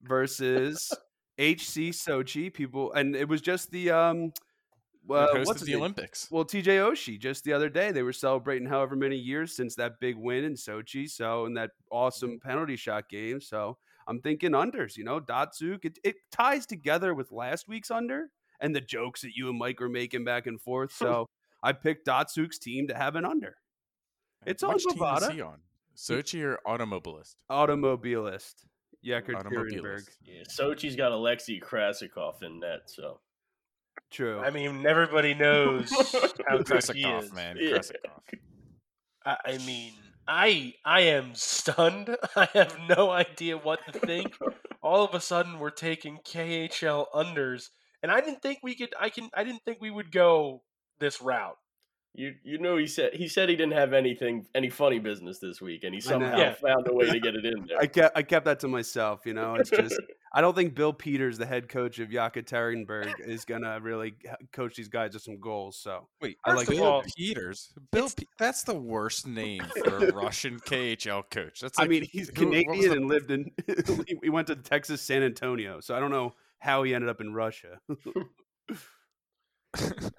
Speaker 5: versus HC Sochi people and it was just the um uh,
Speaker 3: hosted
Speaker 5: what's his
Speaker 3: the
Speaker 5: name?
Speaker 3: Olympics.
Speaker 5: Well, TJ Oshie just the other day they were celebrating however many years since that big win in Sochi, so and that
Speaker 2: Mm-hmm.
Speaker 5: awesome penalty shot game, so I'm thinking unders, you know, Datsuk. It, it ties together with last week's under and the jokes that you and Mike were making back and forth. So I picked Datsuk's team to have an under. It's on
Speaker 3: Which team is
Speaker 5: Bovada.
Speaker 3: he on? Sochi or automobilist?
Speaker 5: Automobilist. Yekaterinburg.
Speaker 3: Automobilist.
Speaker 4: Yeah, Sochi's got Alexei Krasikov in net, so
Speaker 5: True.
Speaker 2: I mean, everybody knows how good he
Speaker 3: Krasikov,
Speaker 2: is.
Speaker 3: man.
Speaker 4: Yeah.
Speaker 3: Krasikov.
Speaker 2: I, I mean, I I am stunned. I have no idea what to think. All of a sudden, we're taking KHL unders, and I didn't think we could. I can. I didn't think we would go this route.
Speaker 4: you you know he said he said he didn't have anything any funny business this week, and he somehow
Speaker 2: Yeah.
Speaker 4: found a way to get it in there.
Speaker 5: I kept I kept that to myself, you know. It's just I don't think Bill Peters, the head coach of Yekaterinburg, is gonna really h- coach these guys to some goals. So
Speaker 3: Wait,
Speaker 5: I like
Speaker 2: First of
Speaker 5: Bill
Speaker 2: all,
Speaker 3: Peters. Bill. Pe- that's the worst name for a Russian KHL coach. That's.
Speaker 5: I
Speaker 3: like-
Speaker 5: mean, he's
Speaker 3: who- what was
Speaker 5: Canadian
Speaker 3: the-
Speaker 5: and lived in. he- he went to Texas, San Antonio. So I don't know how he ended up in Russia.
Speaker 2: It,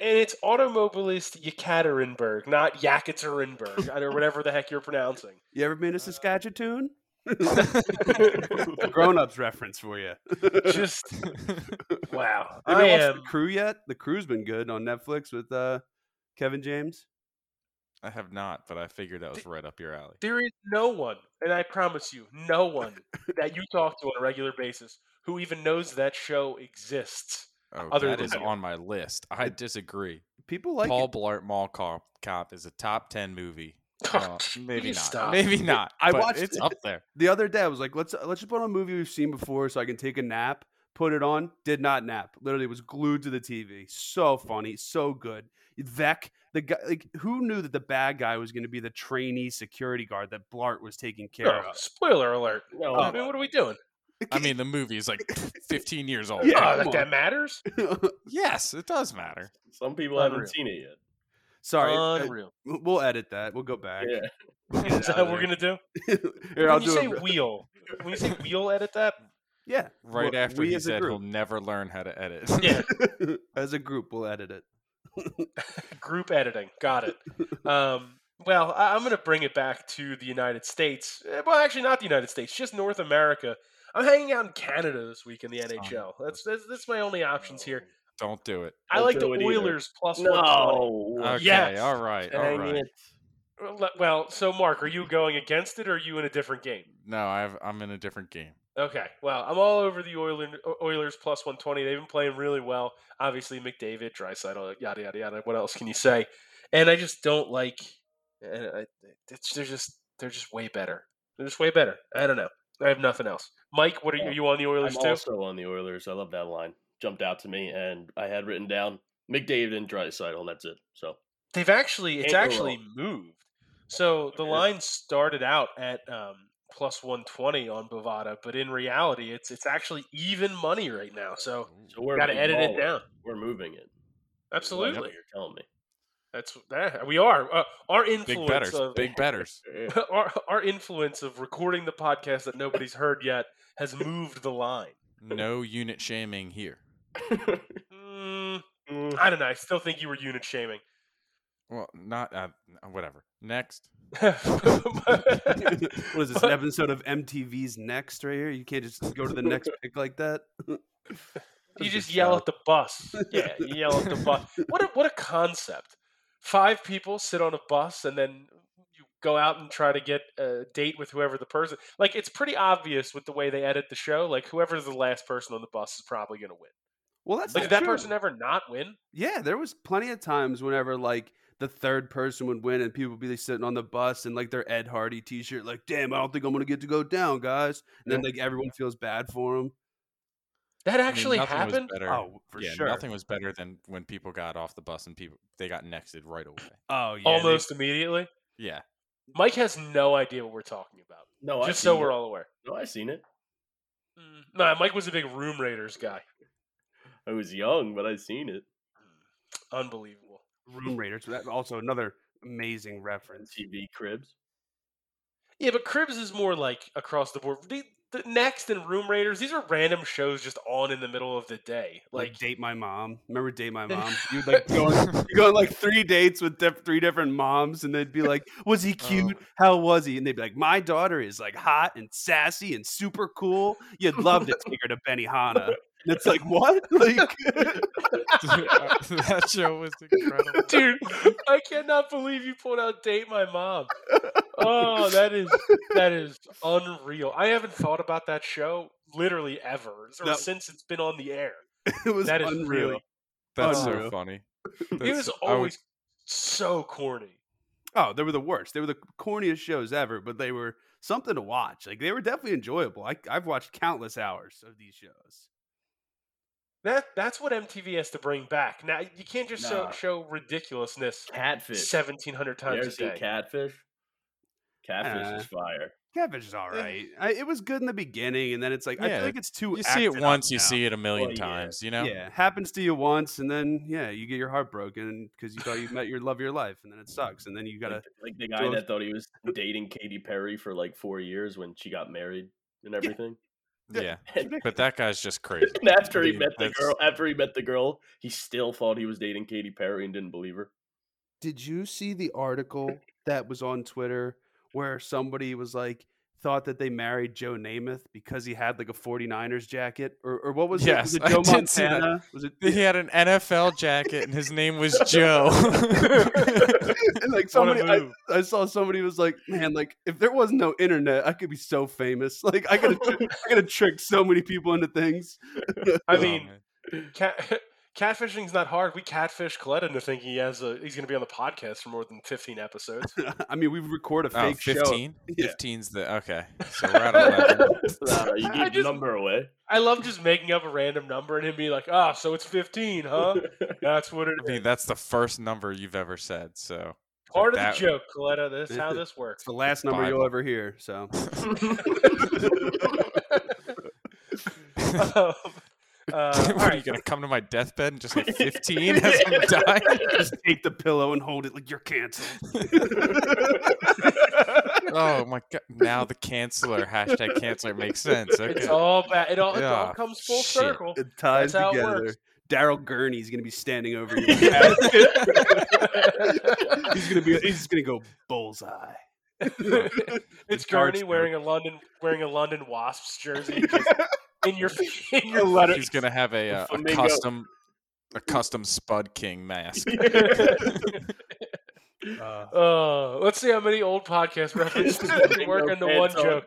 Speaker 2: and it's automobilist Yekaterinburg, not Yakaterinburg, or whatever the heck you're pronouncing.
Speaker 5: You ever
Speaker 3: Uh,
Speaker 5: been to Saskatchewan? a grown-ups reference for you.
Speaker 2: Just wow.
Speaker 5: Have
Speaker 2: I
Speaker 5: you watched
Speaker 2: am.
Speaker 5: the crew yet? The crew's been good on Netflix with uh, Kevin James.
Speaker 3: I have not, but I figured that was right up your alley.
Speaker 2: There is no one, and I promise you, no one that you talk to on a regular basis who even knows that show exists.
Speaker 3: Oh,
Speaker 2: Other
Speaker 3: that
Speaker 2: than
Speaker 3: is
Speaker 2: you.
Speaker 3: on my list. I disagree.
Speaker 5: People like
Speaker 3: Paul
Speaker 5: it.
Speaker 3: Blart Mall Cop, Cop is a top ten movie.
Speaker 2: Oh,
Speaker 3: Uh, maybe
Speaker 2: you
Speaker 3: not.
Speaker 2: stop.
Speaker 3: Maybe not.
Speaker 5: I
Speaker 3: but
Speaker 5: watched
Speaker 3: It's
Speaker 5: it.
Speaker 3: up there.
Speaker 5: the other day. I was like, let's let's just put on a movie we've seen before, so I can take a nap. Put it on. Did not nap. Literally was glued to the TV. So funny. So good. Vec. The guy, like, who knew that the bad guy was going to be the trainee security guard that Blart was taking care
Speaker 2: Oh,
Speaker 5: of?
Speaker 2: spoiler alert.
Speaker 4: No,
Speaker 3: Oh.
Speaker 2: I mean, what are we doing?
Speaker 3: I mean, the movie is like fifteen years old.
Speaker 5: Yeah,
Speaker 2: Yeah, that,
Speaker 5: come
Speaker 2: that matters.
Speaker 3: Yes, it does matter.
Speaker 4: some people
Speaker 2: Unreal.
Speaker 4: haven't seen it yet.
Speaker 5: Sorry, uh,
Speaker 2: Unreal.
Speaker 5: w- we'll edit that. We'll go back.
Speaker 4: Yeah.
Speaker 5: Get
Speaker 2: Is
Speaker 5: it
Speaker 2: that what
Speaker 5: out
Speaker 2: we're
Speaker 5: of
Speaker 2: gonna do?
Speaker 5: there. Here, I'll
Speaker 2: When you
Speaker 5: do
Speaker 2: say
Speaker 5: it.
Speaker 2: wheel, when you say wheel, edit that.
Speaker 5: Yeah,
Speaker 3: Right
Speaker 5: Well,
Speaker 3: after
Speaker 5: we
Speaker 3: he
Speaker 5: as a
Speaker 3: said he'll
Speaker 5: group.
Speaker 3: never learn how to edit.
Speaker 2: Yeah,
Speaker 5: as a group, we'll edit it.
Speaker 2: group editing. Got it. Um, well, I, I'm gonna bring it back to the United States. Eh, Well, actually, not the United States, just North America. I'm hanging out in Canada this week in the
Speaker 3: Son of
Speaker 2: NHL. That's that's, that's my only options here.
Speaker 3: Don't do it.
Speaker 2: I
Speaker 4: Don't
Speaker 2: like the
Speaker 4: do it either.
Speaker 2: Oilers plus one.
Speaker 4: No.
Speaker 3: Okay.
Speaker 2: Yes.
Speaker 3: All right. All
Speaker 4: Dang
Speaker 3: right.
Speaker 4: it.
Speaker 2: Well, so Mark, are you going against it, or are you in a different game?
Speaker 3: No, I've, I'm in a different game.
Speaker 2: Okay. Well, I'm all over the Oilers, Oilers plus 120. They've been playing really well. Obviously, McDavid, Drysaddle, yada yada yada. What else can you say? And I just don't like. And I, it's, they're just they're just way better. They're just way better. I don't know. I have nothing else. Mike, what are you,
Speaker 4: Yeah.
Speaker 2: are you on the Oilers
Speaker 4: I'm
Speaker 2: too?
Speaker 4: also on the Oilers. I love that line. Jumped out to me, and I had written down McDavid and Dryside, and that's it. So
Speaker 2: They've actually it's
Speaker 4: Can't go
Speaker 2: actually moved. So the
Speaker 4: Okay.
Speaker 2: line started out at um, plus 120 on Bovada, but in reality, it's it's actually even money right now. So
Speaker 4: so we're
Speaker 2: got to
Speaker 4: moving
Speaker 2: edit it
Speaker 4: forward.
Speaker 2: down.
Speaker 4: We're moving it. Is what
Speaker 2: Absolutely.
Speaker 4: You're telling me.
Speaker 2: That's that we are uh, our
Speaker 3: Big
Speaker 2: influence
Speaker 3: betters.
Speaker 2: of
Speaker 3: Big betters.
Speaker 2: our, our influence of recording the podcast that nobody's heard yet has moved the line.
Speaker 3: No unit shaming here.
Speaker 2: Mm,
Speaker 4: Mm,
Speaker 2: I don't know. I still think you were unit shaming.
Speaker 3: Well, not uh, n- whatever. Next.
Speaker 5: What is this? An episode of MTV's Next right here? You can't just go to the next pick like that.
Speaker 2: you just yell at the bus. Yeah, you yell at the bus. What a what a concept. Five people sit on a bus and then you go out and try to get a date with whoever the person. Like it's pretty obvious with the way they edit the show. Like whoever's the last person on the bus is probably going to win.
Speaker 5: Well, that's
Speaker 2: Like
Speaker 5: not
Speaker 2: did that
Speaker 5: true.
Speaker 2: person e ever not win?
Speaker 5: Yeah, there was plenty of times whenever like the third person would win and people would be like, sitting on the bus and like their Ed Hardy T-shirt, like, "Damn, I don't think I'm gonna get to go down, guys." And then like everyone feels bad for them.
Speaker 2: That
Speaker 3: I mean,
Speaker 2: actually
Speaker 3: nothing was
Speaker 2: happened.
Speaker 3: better.
Speaker 5: Oh, for
Speaker 3: yeah,
Speaker 5: sure.
Speaker 3: nothing was better than when people got off the bus and people they got nexted right away.
Speaker 5: Oh yeah,
Speaker 2: Almost immediately.
Speaker 3: Yeah,
Speaker 2: Mike has no idea what we're talking about.
Speaker 4: No, I've
Speaker 2: just so
Speaker 4: seen
Speaker 2: we're
Speaker 4: it.
Speaker 2: all aware. Mm-hmm.
Speaker 4: No, I seen it.
Speaker 2: Nah, Mike was a big Room Raiders guy.
Speaker 4: I was young, but I seen it.
Speaker 2: Unbelievable.
Speaker 5: Room Raiders. That also another amazing reference.
Speaker 4: TV cribs.
Speaker 2: Yeah, but Cribs is more like across the board. The, the Next and Room Raiders, these are random shows just on in the middle of the day.
Speaker 5: Like,
Speaker 2: Like,
Speaker 5: date my mom. Remember date my mom? You'd like go on, you go on like three dates with diff- three different moms, and they'd be like, "Was
Speaker 2: Oh.
Speaker 5: he cute? How was he?" And they'd be like, "My daughter is like hot and sassy and super cool. You'd love to take her to Benihana." And it's like what? Like
Speaker 3: that show was incredible.
Speaker 2: dude, I cannot believe you pulled out Date My Mom. Oh, that is that is unreal. I haven't thought about that show literally ever or
Speaker 5: No.
Speaker 2: since it's been on the air.
Speaker 5: it was
Speaker 2: That is
Speaker 5: unreal.
Speaker 2: really
Speaker 3: That's
Speaker 5: Unreal.
Speaker 3: so funny.
Speaker 2: It
Speaker 3: That's
Speaker 2: was
Speaker 3: so- I
Speaker 2: always so corny.
Speaker 5: Oh, they were the worst. They were the corniest shows ever, but they were something to watch. Like they were definitely enjoyable. I, I've watched countless hours of these shows.
Speaker 2: That that's what MTV has to bring back. Now you can't just show,
Speaker 4: Nah.
Speaker 2: show ridiculousness
Speaker 4: Catfish.
Speaker 2: seventeen hundred
Speaker 4: You
Speaker 2: times
Speaker 4: ever
Speaker 2: a
Speaker 4: seen
Speaker 2: day. Uh,
Speaker 4: catfish? Catfish is fire.
Speaker 5: Cabbage is all
Speaker 2: Yeah.
Speaker 5: right. I, it was good in the beginning, and then it's like I
Speaker 3: Yeah,
Speaker 5: feel like it's too.
Speaker 3: You see
Speaker 5: acted
Speaker 3: it
Speaker 5: up
Speaker 3: once, you
Speaker 5: now.
Speaker 3: see it a million
Speaker 4: yeah.
Speaker 3: times. You know,
Speaker 5: Yeah, happens to you once, and then yeah, you get your heart broken because you thought you met your love of your life, and then it sucks, and then you gotta
Speaker 4: Like, like the guy
Speaker 5: throw-
Speaker 4: that thought he was dating Katy Perry for like four years when she got married and everything.
Speaker 3: yeah. But that guy's just crazy.
Speaker 4: And after he
Speaker 3: Dude,
Speaker 4: met the
Speaker 3: that's-
Speaker 4: girl, after he met the girl, he still thought he was dating Katy Perry and didn't believe her.
Speaker 5: Did you see the article that was on Twitter where somebody was like thought that they married Joe Namath because he had like a 49ers jacket or, or what was
Speaker 3: Yes,
Speaker 5: it?
Speaker 3: I
Speaker 5: Was it Joe
Speaker 3: did see that.
Speaker 5: Montana? Was it
Speaker 3: He had an NFL jacket, and his name was Joe.
Speaker 5: and like
Speaker 2: What a
Speaker 5: somebody I,
Speaker 2: move.
Speaker 5: I saw somebody was like, "Man, like if there was no internet, I could be so famous. Like I could I could have tricked so many people into things."
Speaker 2: I
Speaker 3: Oh,
Speaker 2: mean,
Speaker 3: man.
Speaker 2: cat, catfishing's not hard. We catfish Colette into thinking he has a, he's going to be on the podcast for more than fifteen episodes.
Speaker 5: I mean, we record a
Speaker 3: oh,
Speaker 5: fake show.
Speaker 3: 15?
Speaker 5: Yeah.
Speaker 3: 15's the okay. So we're at 11.
Speaker 4: Nah, uh, you
Speaker 2: I
Speaker 4: gave the
Speaker 2: just-
Speaker 4: number away.
Speaker 2: I love just making up a random number and him be like, "Ah, so it's fifteen, huh? That's what it
Speaker 3: I
Speaker 2: is."
Speaker 3: mean, that's the first number you've ever said. So
Speaker 2: Part of
Speaker 3: that-
Speaker 2: the joke, Coletta. That's how this works.
Speaker 5: It's the last number
Speaker 3: Bible.
Speaker 5: you'll ever hear. So
Speaker 2: um, uh, all
Speaker 3: what, are you
Speaker 2: right,
Speaker 3: gonna come to my deathbed and just hit 15 as I'm dying?
Speaker 5: just take the pillow and hold it like you're canceled.
Speaker 3: Oh my god! Now the canceler hashtag canceler makes sense.
Speaker 2: it's
Speaker 3: Okay.
Speaker 2: all bad. It all, it all
Speaker 3: Yeah,
Speaker 2: comes full
Speaker 3: shit.
Speaker 2: circle.
Speaker 5: It ties
Speaker 2: how it
Speaker 5: together.
Speaker 2: works.
Speaker 5: Daryl Gurney's gonna be standing over you. he's gonna be. He's gonna go bullseye.
Speaker 2: it's
Speaker 5: dark
Speaker 2: Gurney
Speaker 5: side.
Speaker 2: wearing a London wearing a London Wasps jersey just in your in your
Speaker 3: He's gonna have a, uh, a
Speaker 4: Flamingo.
Speaker 3: custom a custom Spud King mask.
Speaker 5: Uh,
Speaker 2: Uh, let's see how many old podcast references we can work into
Speaker 4: Flamingo
Speaker 2: one
Speaker 4: pants on.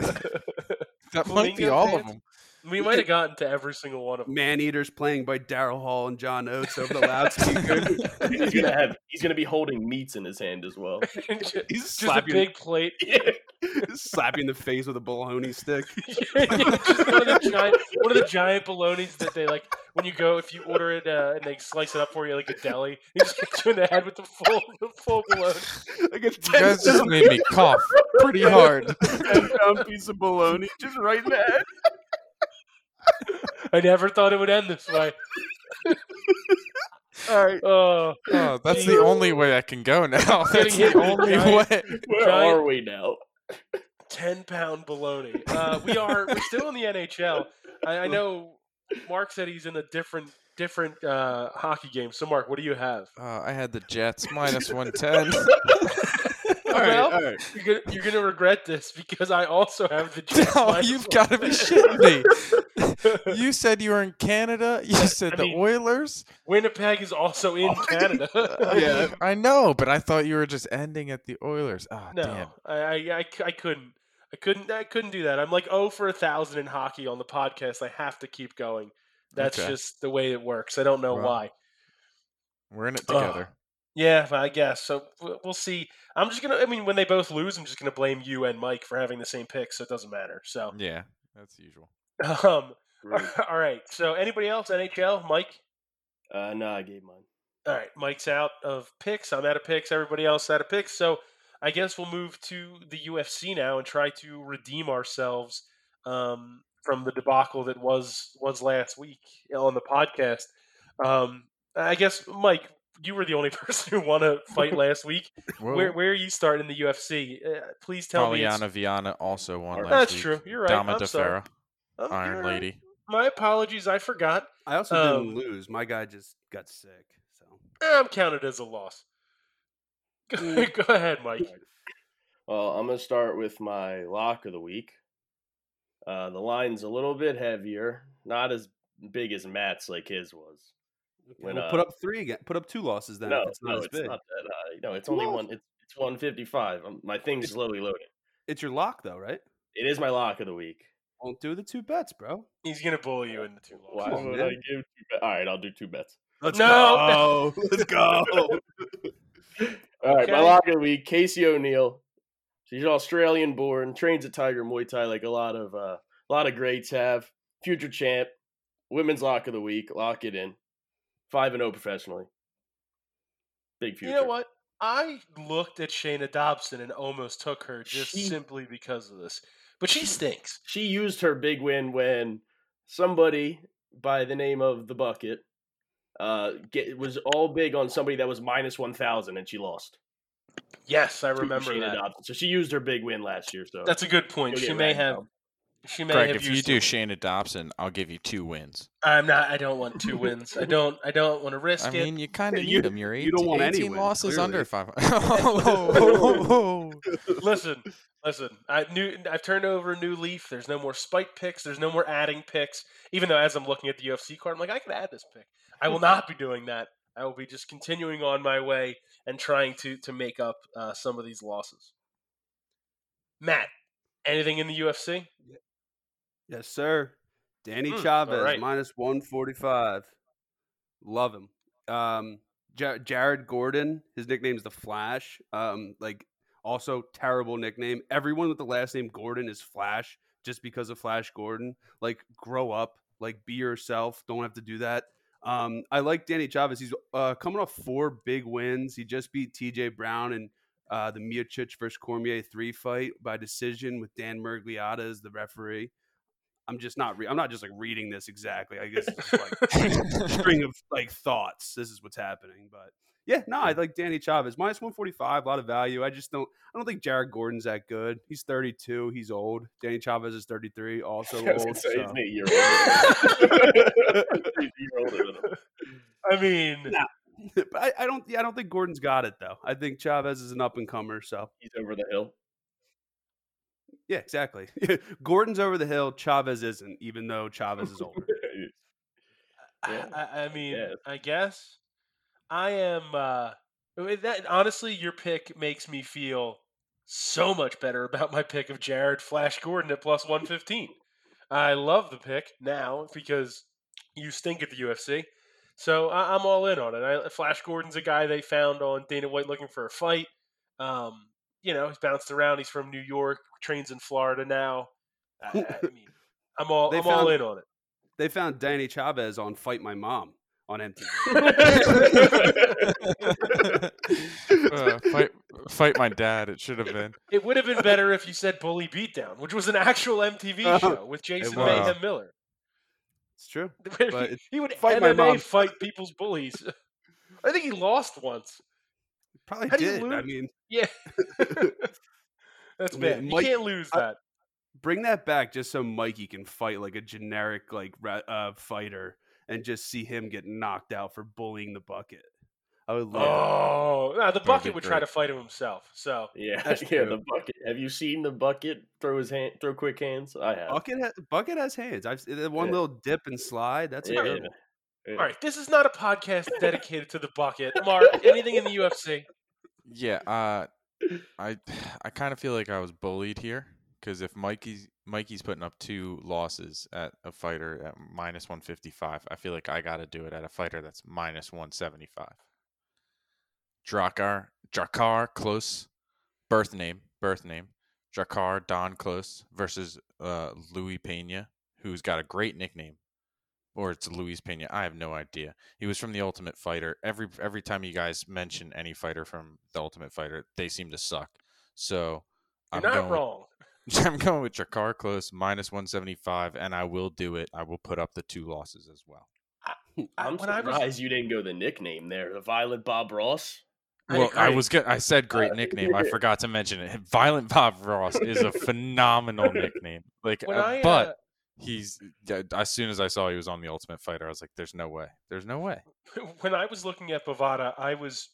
Speaker 2: joke.
Speaker 3: That might be
Speaker 2: Flamingo
Speaker 3: all of
Speaker 2: pants?
Speaker 3: them.
Speaker 2: We might have gotten to every single one of them.
Speaker 5: Man Eaters playing by Daryl Hall and John Oates over the loudspeaker.
Speaker 4: He's gonna have. He's gonna be holding meats in his hand as well.
Speaker 2: just
Speaker 5: He's
Speaker 2: a
Speaker 5: slapping,
Speaker 2: big plate.
Speaker 5: slapping the face with a bologna stick.
Speaker 2: Just one, of the giant, one of the giant bolognas that they like when you go if you order it uh, and they slice it up for you like a deli. He just hits you in the head with the full the full bologna.
Speaker 5: Like a
Speaker 3: You guys just made me cough pretty hard.
Speaker 5: pound piece of bologna just right in the head.
Speaker 2: I never thought it would end this way.
Speaker 5: All right.
Speaker 2: Oh,
Speaker 3: Oh, that's the only way I can go now. That's
Speaker 2: hit
Speaker 3: the
Speaker 2: with a
Speaker 3: only
Speaker 2: giant-
Speaker 3: way.
Speaker 4: Where
Speaker 2: Giant-
Speaker 4: are we now?
Speaker 2: 10 pound bologna. Uh, we are we're still in the NHL. I, I know Mark said he's in a different different uh, hockey game. So Mark, what do you have?
Speaker 3: Uh, I had the Jets minus 110.
Speaker 2: All right,
Speaker 3: Well-
Speaker 2: all right. You're gonna, you're gonna regret this because I also have the Jets.
Speaker 3: No,
Speaker 2: minus
Speaker 3: you've
Speaker 2: one.
Speaker 3: got to be shitting me. You said you were in Canada. You said
Speaker 2: I
Speaker 3: the
Speaker 2: mean-
Speaker 3: Oilers.
Speaker 2: Winnipeg is also in Canada.
Speaker 3: Yeah, I know, but I thought you were just ending at the Oilers. Oh, damn.
Speaker 2: no, I, I, I c- I couldn't. I couldn't. I couldn't do that. I'm like oh for a thousand in hockey on the podcast. I have to keep going. That's
Speaker 3: Okay.
Speaker 2: just the way it works. I don't know
Speaker 3: Well.
Speaker 2: why.
Speaker 3: We're in it
Speaker 2: Ugh.
Speaker 3: together.
Speaker 2: Yeah, I guess. So w- we'll see. I'm just gonna. I mean, when they both lose, I'm just gonna blame you and Mike for having the same pick. So it doesn't matter. So,
Speaker 3: Yeah, that's usual.
Speaker 2: um,
Speaker 4: Rude.
Speaker 2: all right. So anybody else? NHL, Mike.
Speaker 4: Uh, no, I gave mine.
Speaker 2: All right, Mike's out of picks. I'm out of picks. Everybody else out of picks. So I guess we'll move to the UFC now and try to redeem ourselves um, from the debacle that was was last week on the podcast. Um, I guess Mike, you were the only person who won a fight last week.
Speaker 3: Well,
Speaker 2: Where where are you starting in the UFC? Uh, please tell me. it's-
Speaker 3: Pollyanna Viana also won last
Speaker 2: That's
Speaker 3: week.
Speaker 2: true. You're right.
Speaker 3: Dama
Speaker 2: I'm sorry.
Speaker 3: DeFerra,
Speaker 2: Oh, you're
Speaker 3: Iron
Speaker 2: right.
Speaker 3: Lady.
Speaker 2: My apologies. I forgot.
Speaker 5: I also
Speaker 2: Um,
Speaker 5: didn't lose. My guy just got sick. So
Speaker 2: Eh, I'm counted as a loss. Go
Speaker 4: Mm.
Speaker 2: go ahead, Mike.
Speaker 4: Well, I'm gonna start with my lock of the week. Uh, the line's a little bit heavier, not as big as Matt's like his was. When,
Speaker 5: we'll
Speaker 4: uh,
Speaker 5: put up three again. Put up two losses then.
Speaker 4: no,
Speaker 5: if it's not
Speaker 4: no,
Speaker 5: as
Speaker 4: it's
Speaker 5: big.
Speaker 4: not that high. No, it's only
Speaker 5: What?
Speaker 4: one. It's, it's 155. Um my thing's slowly loading.
Speaker 5: It's your lock though, right?
Speaker 4: It is my lock of the week.
Speaker 5: Don't do the two bets, bro.
Speaker 2: He's gonna bully you into two
Speaker 4: Why
Speaker 2: losses.
Speaker 5: on,
Speaker 4: would
Speaker 5: man.
Speaker 4: I give? Two bet- All right, I'll do two bets.
Speaker 5: Let's
Speaker 2: No.
Speaker 4: Oh.
Speaker 5: go. Let's go.
Speaker 4: All right, my
Speaker 2: Okay.
Speaker 4: lock of the week, Casey O'Neill. She's Australian born, trains at Tiger Muay Thai like a lot of uh, a lot of greats have. Future champ, women's lock of the week, lock it in. 5 and 0 professionally. Big future.
Speaker 2: You know what? I looked at Shayna Dobson and almost took her just
Speaker 4: She-
Speaker 2: simply because of this. But she stinks.
Speaker 4: She used her big win when somebody by the name of the bucket uh get, was all big on somebody that was minus 1000 and she lost.
Speaker 2: Yes, I
Speaker 4: to
Speaker 2: remember
Speaker 4: Shayna
Speaker 2: that.
Speaker 4: Dobson. So she used her big win last year, so
Speaker 2: That's a good point.
Speaker 4: You'll
Speaker 2: She
Speaker 4: get
Speaker 2: may
Speaker 4: ragged
Speaker 2: have.
Speaker 4: on.
Speaker 2: She may
Speaker 3: Greg,
Speaker 2: have
Speaker 3: if you
Speaker 2: used
Speaker 3: do
Speaker 2: it.
Speaker 3: Shayna Dobson, I'll give you two wins.
Speaker 2: I'm not. I don't want two wins. I don't. I don't want to risk
Speaker 3: I mean,
Speaker 2: it.
Speaker 3: you kind
Speaker 5: Yeah,
Speaker 3: of
Speaker 5: you-
Speaker 3: need them. You're 18,
Speaker 5: you don't want any
Speaker 3: 18
Speaker 5: wins,
Speaker 3: losses under
Speaker 5: clearly.
Speaker 3: 500. oh,
Speaker 2: Listen, listen. I new. I've turned over a new leaf. There's no more spike picks. There's no more adding picks. Even though as I'm looking at the UFC card, I'm like, I could add this pick. I will not be doing that. I will be just continuing on my way and trying to to make up uh, some of these losses. Matt, anything in the UFC?
Speaker 5: Yes, sir. Danny
Speaker 2: Mm, all
Speaker 5: Chavez
Speaker 2: right.
Speaker 5: minus one forty five. Love him. Um, Ja- Jared Gordon. His nickname's the Flash. Um, like also terrible nickname. Everyone with the last name Gordon is Flash, just because of Flash Gordon. Like grow up. Like be yourself. Don't have to do that. Um, I like Danny Chavez. He's uh, coming off four big wins. He just beat T.J. Brown and uh, the Miocic versus Cormier three fight by decision with Dan Mergliotta as the referee. I'm just not. Re- I'm not just like reading this exactly. I guess it's just like string of like thoughts. This is what's happening. But yeah, no, I like Danny Chavez minus 145, a lot of value. I just don't. I don't think Jared Gordon's that good. He's 32. He's old. Danny Chavez is 33. Also
Speaker 4: I was gonna
Speaker 5: old.
Speaker 4: say,
Speaker 5: so-
Speaker 4: isn't it a year older? He's a year older than him.
Speaker 2: I mean,
Speaker 5: but I, I don't. Yeah, I don't think Gordon's got it though. I think Chavez is an up and comer. So
Speaker 4: He's over the hill.
Speaker 5: yeah, exactly. Gordon's over the hill. Chavez isn't, even though Chavez is older.
Speaker 4: Yeah.
Speaker 2: I, I mean,
Speaker 4: guess.
Speaker 2: I guess I am. Uh, with that honestly, your pick makes me feel so much better about my pick of Jared Flash Gordon at plus one fifteen. I love the pick now because you stink at the UFC, so I, I'm all in on it. I, Flash Gordon's a guy they found on Dana White looking for a fight. Um, you know, he's bounced around. He's from New York, trains in Florida now. I, I mean, I'm all
Speaker 5: They
Speaker 2: I'm all
Speaker 5: found-
Speaker 2: in on it.
Speaker 5: They found Danny Chavez on Fight My Mom on MTV.
Speaker 3: Uh, fight, fight my dad. It should have been.
Speaker 2: It would have been better if you said Bully Beatdown, which was an actual MTV
Speaker 5: Uh,
Speaker 2: show with Jason
Speaker 3: was.
Speaker 2: Mayhem Miller.
Speaker 5: It's true.
Speaker 2: where
Speaker 5: But
Speaker 2: he-
Speaker 5: it's-
Speaker 2: he would
Speaker 5: Fight My
Speaker 2: MMA
Speaker 5: Mom.
Speaker 2: fight people's bullies. I think he lost once.
Speaker 5: Probably
Speaker 2: How do you
Speaker 5: did. I
Speaker 2: lose?
Speaker 5: mean,
Speaker 2: Yeah. That's
Speaker 5: Yeah,
Speaker 2: bad.
Speaker 5: Mike-
Speaker 2: you can't lose
Speaker 5: I-
Speaker 2: that.
Speaker 5: bring that back just so Mikey can fight like a generic like ra- uh, fighter and just see him get knocked out for bullying the bucket. I would love. that.
Speaker 2: Oh, nah, the bucket
Speaker 3: be
Speaker 2: would try
Speaker 3: great.
Speaker 2: to fight him himself. So
Speaker 4: Yeah,
Speaker 5: That's
Speaker 4: yeah.
Speaker 5: true.
Speaker 4: The bucket. Have you seen the bucket throw his hand, throw quick hands? I have.
Speaker 5: Bucket has, bucket has hands. I've eh, that one
Speaker 4: Yeah.
Speaker 5: little dip and slide. That's a
Speaker 4: Yeah.
Speaker 5: good one.
Speaker 4: Yeah.
Speaker 2: all right, this is not a podcast dedicated to the bucket. Mark, anything in the UFC?
Speaker 3: Yeah, uh, I I kind of feel like I was bullied here because if Mikey's Mikey's putting up two losses at a fighter at minus one fifty five, I feel like I got to do it at a fighter that's minus one seventy five. Drakkar Drakkar Close, birth name birth name Drakkar Don Close versus uh, Louis Pena, who's got a great nickname, or it's Luis Pena. I have no idea. He was from the Ultimate Fighter. Every every time you guys mention any fighter from the Ultimate Fighter, they seem to suck. So
Speaker 2: You're
Speaker 3: I'm
Speaker 2: not
Speaker 3: going.
Speaker 2: wrong.
Speaker 3: With, I'm going with Jakar Close minus 175, and I will do it. I will put up the two losses as well.
Speaker 2: I-
Speaker 4: I'm
Speaker 2: when I
Speaker 4: surprised
Speaker 2: was-
Speaker 4: you didn't go the nickname there, the Violent Bob Ross.
Speaker 2: I uh,
Speaker 3: Well, I
Speaker 2: agree.
Speaker 3: was good. I said great nickname. I forgot to mention it. Violent Bob Ross is a phenomenal nickname. Like,
Speaker 2: When
Speaker 3: uh,
Speaker 2: I,
Speaker 3: but
Speaker 2: uh,
Speaker 3: he's yeah, as soon as I saw he was on the Ultimate Fighter, I was like, "There's no way. There's no way."
Speaker 2: when I was looking at Bovada, I was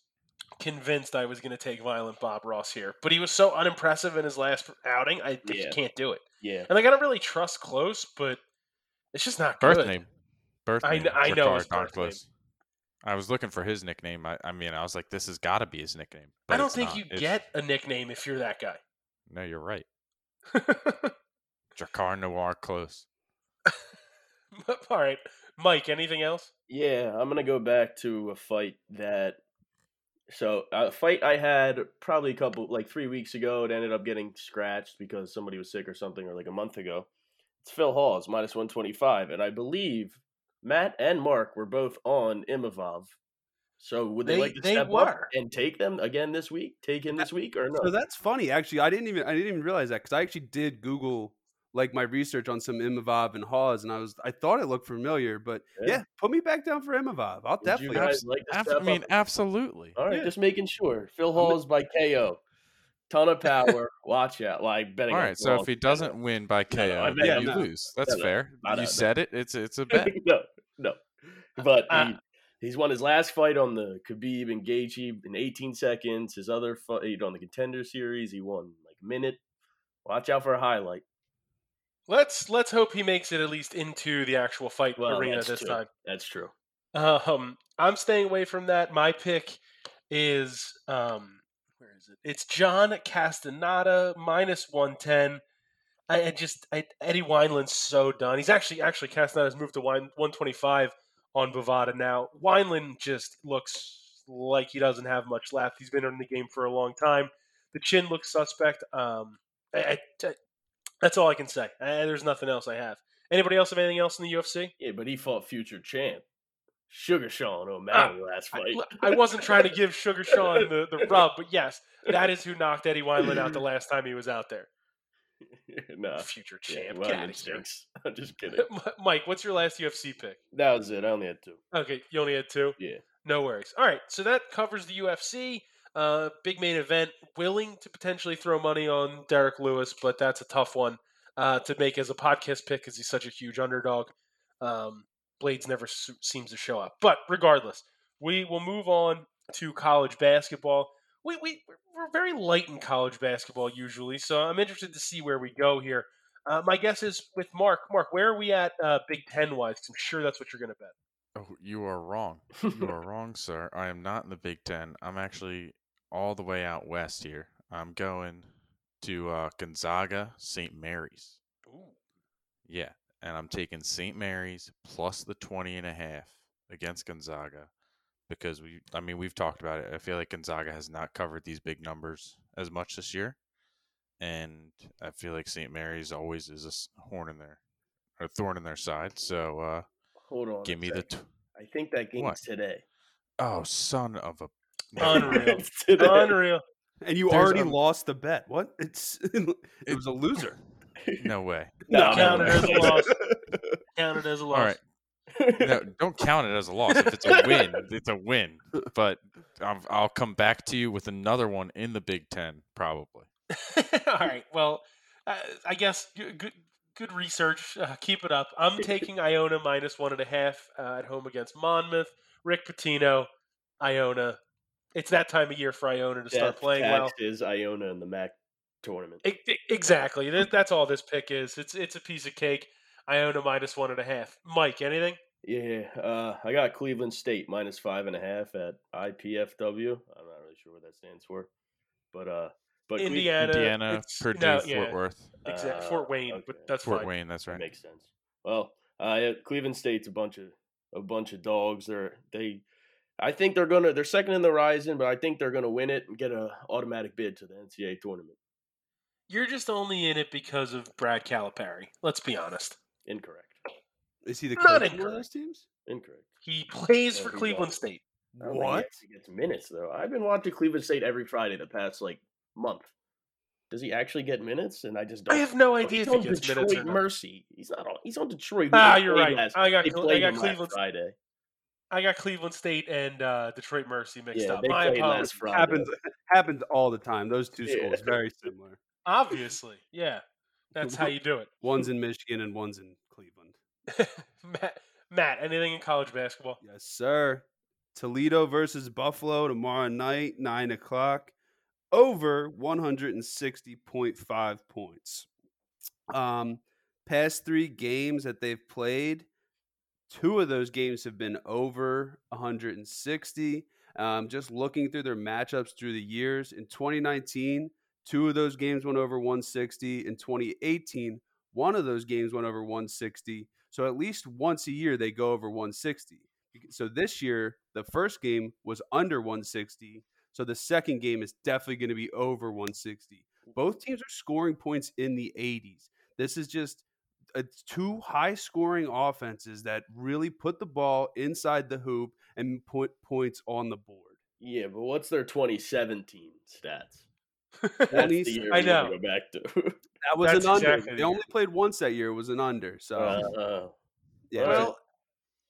Speaker 2: convinced I was going to take Violent Bob Ross here, but he was so unimpressive in his last outing. I think
Speaker 4: Yeah.
Speaker 2: he can't do it.
Speaker 4: Yeah.
Speaker 2: And like, I don't really trust Close, but it's just not
Speaker 3: Birth
Speaker 2: good.
Speaker 3: name. Birth
Speaker 2: I
Speaker 3: name.
Speaker 2: kn- I know
Speaker 3: Jakar
Speaker 2: his birth name.
Speaker 3: Douglas. I was looking for his nickname. I, I mean, I was like, this has got to be his nickname.
Speaker 2: I
Speaker 3: but
Speaker 2: don't
Speaker 3: it's
Speaker 2: think
Speaker 3: not.
Speaker 2: you
Speaker 3: It's-
Speaker 2: get a nickname if you're that guy.
Speaker 3: No, you're right. Jakar Noir Close.
Speaker 2: All right, Mike. Anything else?
Speaker 4: Yeah, I'm gonna go back to a fight that. So a fight I had probably a couple like three weeks ago. It ended up getting scratched because somebody was sick or something, or like a month ago. It's Phil Hall's minus 125, and I believe Matt and Mark were both on Imavov. So would they,
Speaker 2: They-
Speaker 4: like to
Speaker 2: they
Speaker 4: step up
Speaker 2: were.
Speaker 4: and take them again this week? Take him this week or no?
Speaker 5: So that's funny. Actually, I didn't even I didn't even realize that because I actually did Google like my research on some Imavov and Hawes, and I was I thought it looked familiar, but yeah,
Speaker 4: Yeah.
Speaker 5: put me back down for Imavov. I'll
Speaker 4: Would you
Speaker 5: definitely.
Speaker 4: guys like to
Speaker 3: Ab-
Speaker 4: step
Speaker 3: I mean,
Speaker 4: up?
Speaker 3: absolutely.
Speaker 2: Oh,
Speaker 4: All right,
Speaker 5: Yeah.
Speaker 4: just making sure. Phil
Speaker 5: I'm-
Speaker 4: Hall is by KO. Ton of power. Watch out. Like betting.
Speaker 3: All
Speaker 4: on
Speaker 3: right. So
Speaker 4: Hall.
Speaker 3: if he doesn't win by KO,
Speaker 4: I
Speaker 3: then
Speaker 4: bet
Speaker 5: I'm
Speaker 3: you
Speaker 5: not.
Speaker 3: lose. That's
Speaker 4: No, no,
Speaker 3: fair.
Speaker 4: not
Speaker 3: you
Speaker 4: out.
Speaker 3: said it. It's it's a bet.
Speaker 4: no, no. But
Speaker 2: Uh,
Speaker 4: he, he's won his last fight on the Khabib and Gaethje in 18 seconds. His other fight on the Contender Series, he won like a minute. Watch out for a highlight.
Speaker 2: Let's let's hope he makes it at least into the actual fight
Speaker 4: Well,
Speaker 2: arena
Speaker 4: that's
Speaker 2: this
Speaker 4: true.
Speaker 2: time.
Speaker 4: That's true.
Speaker 2: Um, I'm staying away from that. My pick is um, where is it? It's John Castaneda minus one ten. I, I just I, Eddie Wineland's so done. He's actually actually Castaneda's moved to wine one twenty five on Bovada now. Wineland just looks like he doesn't have much left. He's been in the game for a long time. The chin looks suspect. Um, I, I, I- that's all I can say. I, there's nothing else I have. Anybody else have anything else in the UFC?
Speaker 4: Yeah, but he fought future champ Sugar Sean O'Malley last
Speaker 2: Ah, I,
Speaker 4: fight.
Speaker 2: look, I wasn't trying to give Sugar Sean the, the rub, but yes, that is who knocked Eddie Wineland out the last time he was out there.
Speaker 4: nah,
Speaker 2: Future
Speaker 4: Uh, yeah,
Speaker 2: champ.
Speaker 4: well,
Speaker 2: Get
Speaker 4: it
Speaker 2: outta here.
Speaker 4: stinks. I'm just kidding.
Speaker 2: Mike, what's your last UFC pick?
Speaker 4: That was it. I only had two.
Speaker 2: Okay, you only had two?
Speaker 4: Yeah.
Speaker 2: No worries. All right, so that covers the UFC. Uh, big main event. Willing to potentially throw money on Derek Lewis, but that's a tough one uh, to make as a podcast pick because he's such a huge underdog. Um, Blades never s seems to show up. But regardless, we will move on to college basketball. We, we, we're very light in college basketball usually, so I'm interested to see where we go here. Uh, my guess is with Mark. Mark, where are we at uh, Big Ten wise? 'Cause I'm sure that's what you're going to bet.
Speaker 3: Oh, you are wrong. You are wrong, sir. I am not in the Big Ten. I'm actually all the way out west here. I'm going to uh, Gonzaga, St. Mary's. Yeah, and I'm taking St. Mary's plus the 20 and a half against Gonzaga because we I mean we've talked about it. I feel like Gonzaga has not covered these big numbers as much this year. And I feel like St. Mary's always is a s- horn in their or thorn in their side. So uh
Speaker 4: Hold on. a
Speaker 3: give me the
Speaker 4: sec.
Speaker 3: t-
Speaker 4: I think that game's
Speaker 3: What?
Speaker 4: today.
Speaker 3: Oh, son of a
Speaker 2: Unreal.
Speaker 4: It's today.
Speaker 2: Unreal.
Speaker 5: and you
Speaker 3: There's
Speaker 5: already
Speaker 3: a-
Speaker 5: lost the bet. What? It's it
Speaker 3: It-
Speaker 5: was a loser.
Speaker 3: No way.
Speaker 4: No,
Speaker 2: Count
Speaker 4: no,
Speaker 2: it
Speaker 4: no.
Speaker 2: as a loss. Count it as a loss.
Speaker 3: All right. No, don't count it as a loss. If it's a win, it's a win. But i I'll come back to you with another one in the Big Ten, probably.
Speaker 2: All right. Well, uh, I guess g- good good research. Uh, keep it up. I'm taking Iona minus one and a half uh, at home against Monmouth. Rick Pitino. Iona. It's that time of year for Iona to start
Speaker 4: Death
Speaker 2: playing well.
Speaker 4: taxes Iona in the MAC tournament.
Speaker 2: E- e- Exactly. That- That's all this pick is. It's it's a piece of cake. Iona minus one and a half. Mike, anything?
Speaker 4: Yeah, uh, I got Cleveland State minus five and a half at IPFW. I'm not really sure what that stands for, but uh, but Cle-
Speaker 2: Indiana,
Speaker 3: Indiana,
Speaker 2: uh, it's-
Speaker 3: Purdue,
Speaker 2: no,
Speaker 3: Fort
Speaker 2: yeah,
Speaker 3: Worth,
Speaker 2: exact-
Speaker 4: Uh,
Speaker 2: Fort Wayne,
Speaker 4: okay.
Speaker 2: but that's
Speaker 3: Fort
Speaker 2: fine.
Speaker 3: Wayne. That's right.
Speaker 4: Makes sense. Well, uh, yeah, Cleveland State's a bunch of a bunch of dogs. They're they, I think they're gonna they're second in the Rising, but I think they're gonna win it and get a automatic bid to the NCAA tournament.
Speaker 2: You're just only in it because of Brad Calipari. Let's be honest.
Speaker 4: Incorrect.
Speaker 5: Is he the
Speaker 2: Not
Speaker 5: coach of one of
Speaker 2: incorrect.
Speaker 5: those teams?
Speaker 4: Incorrect.
Speaker 2: He plays
Speaker 4: Yeah,
Speaker 2: for
Speaker 4: he's
Speaker 2: Cleveland
Speaker 4: awesome.
Speaker 2: State.
Speaker 4: I don't think he actually gets minutes though? I've been watching Cleveland State every Friday the past like month. Does he actually get minutes? And I just don't.
Speaker 2: I have no
Speaker 4: Oh,
Speaker 2: idea
Speaker 4: he's
Speaker 2: if he
Speaker 4: on
Speaker 2: gets
Speaker 4: Detroit
Speaker 2: minutes or not.
Speaker 4: Mercy. He's not on. He's on Detroit. who
Speaker 2: Ah,
Speaker 4: they
Speaker 2: you're
Speaker 4: played
Speaker 2: right.
Speaker 4: last-
Speaker 2: I got
Speaker 4: they
Speaker 2: Cle- I
Speaker 4: played
Speaker 2: got
Speaker 4: them last
Speaker 2: Cleveland-
Speaker 4: Friday.
Speaker 2: I got Cleveland State and uh, Detroit Mercy mixed
Speaker 4: Yeah,
Speaker 2: up.
Speaker 4: they
Speaker 2: My
Speaker 4: played
Speaker 2: apologies.
Speaker 4: last Friday.
Speaker 5: happens happens all the time. Those two
Speaker 4: Yeah.
Speaker 5: schools very similar.
Speaker 2: Obviously, yeah. That's how you do it.
Speaker 5: One's in Michigan and one's in Cleveland.
Speaker 2: Matt, Matt, anything in college basketball?
Speaker 5: Yes, sir. Toledo versus Buffalo tomorrow night, nine o'clock. Over one hundred and sixty point five points. Um, past three games that they've played, two of those games have been over one hundred and sixty. Um, just looking through their matchups through the years, in 2019, two of those games went over 160. In 2018, one of those games went over 160. So at least once a year they go over 160. Bec- So this year, the first game was under 160. So the second game is definitely going to be over 160. Both teams are scoring points in the 80s. This is just it's two high scoring offenses that really put the ball inside the hoop and put points on the board.
Speaker 4: Yeah, but what's their 2017 stats? That's the
Speaker 5: 20
Speaker 4: year
Speaker 2: I
Speaker 4: we gotta
Speaker 2: know.
Speaker 4: Go back to.
Speaker 5: That was
Speaker 2: That's
Speaker 5: an under.
Speaker 2: exactly
Speaker 5: they
Speaker 2: the year.
Speaker 5: only played once that year. It was an under. So
Speaker 4: Uh,
Speaker 5: yeah,
Speaker 4: well,
Speaker 5: well,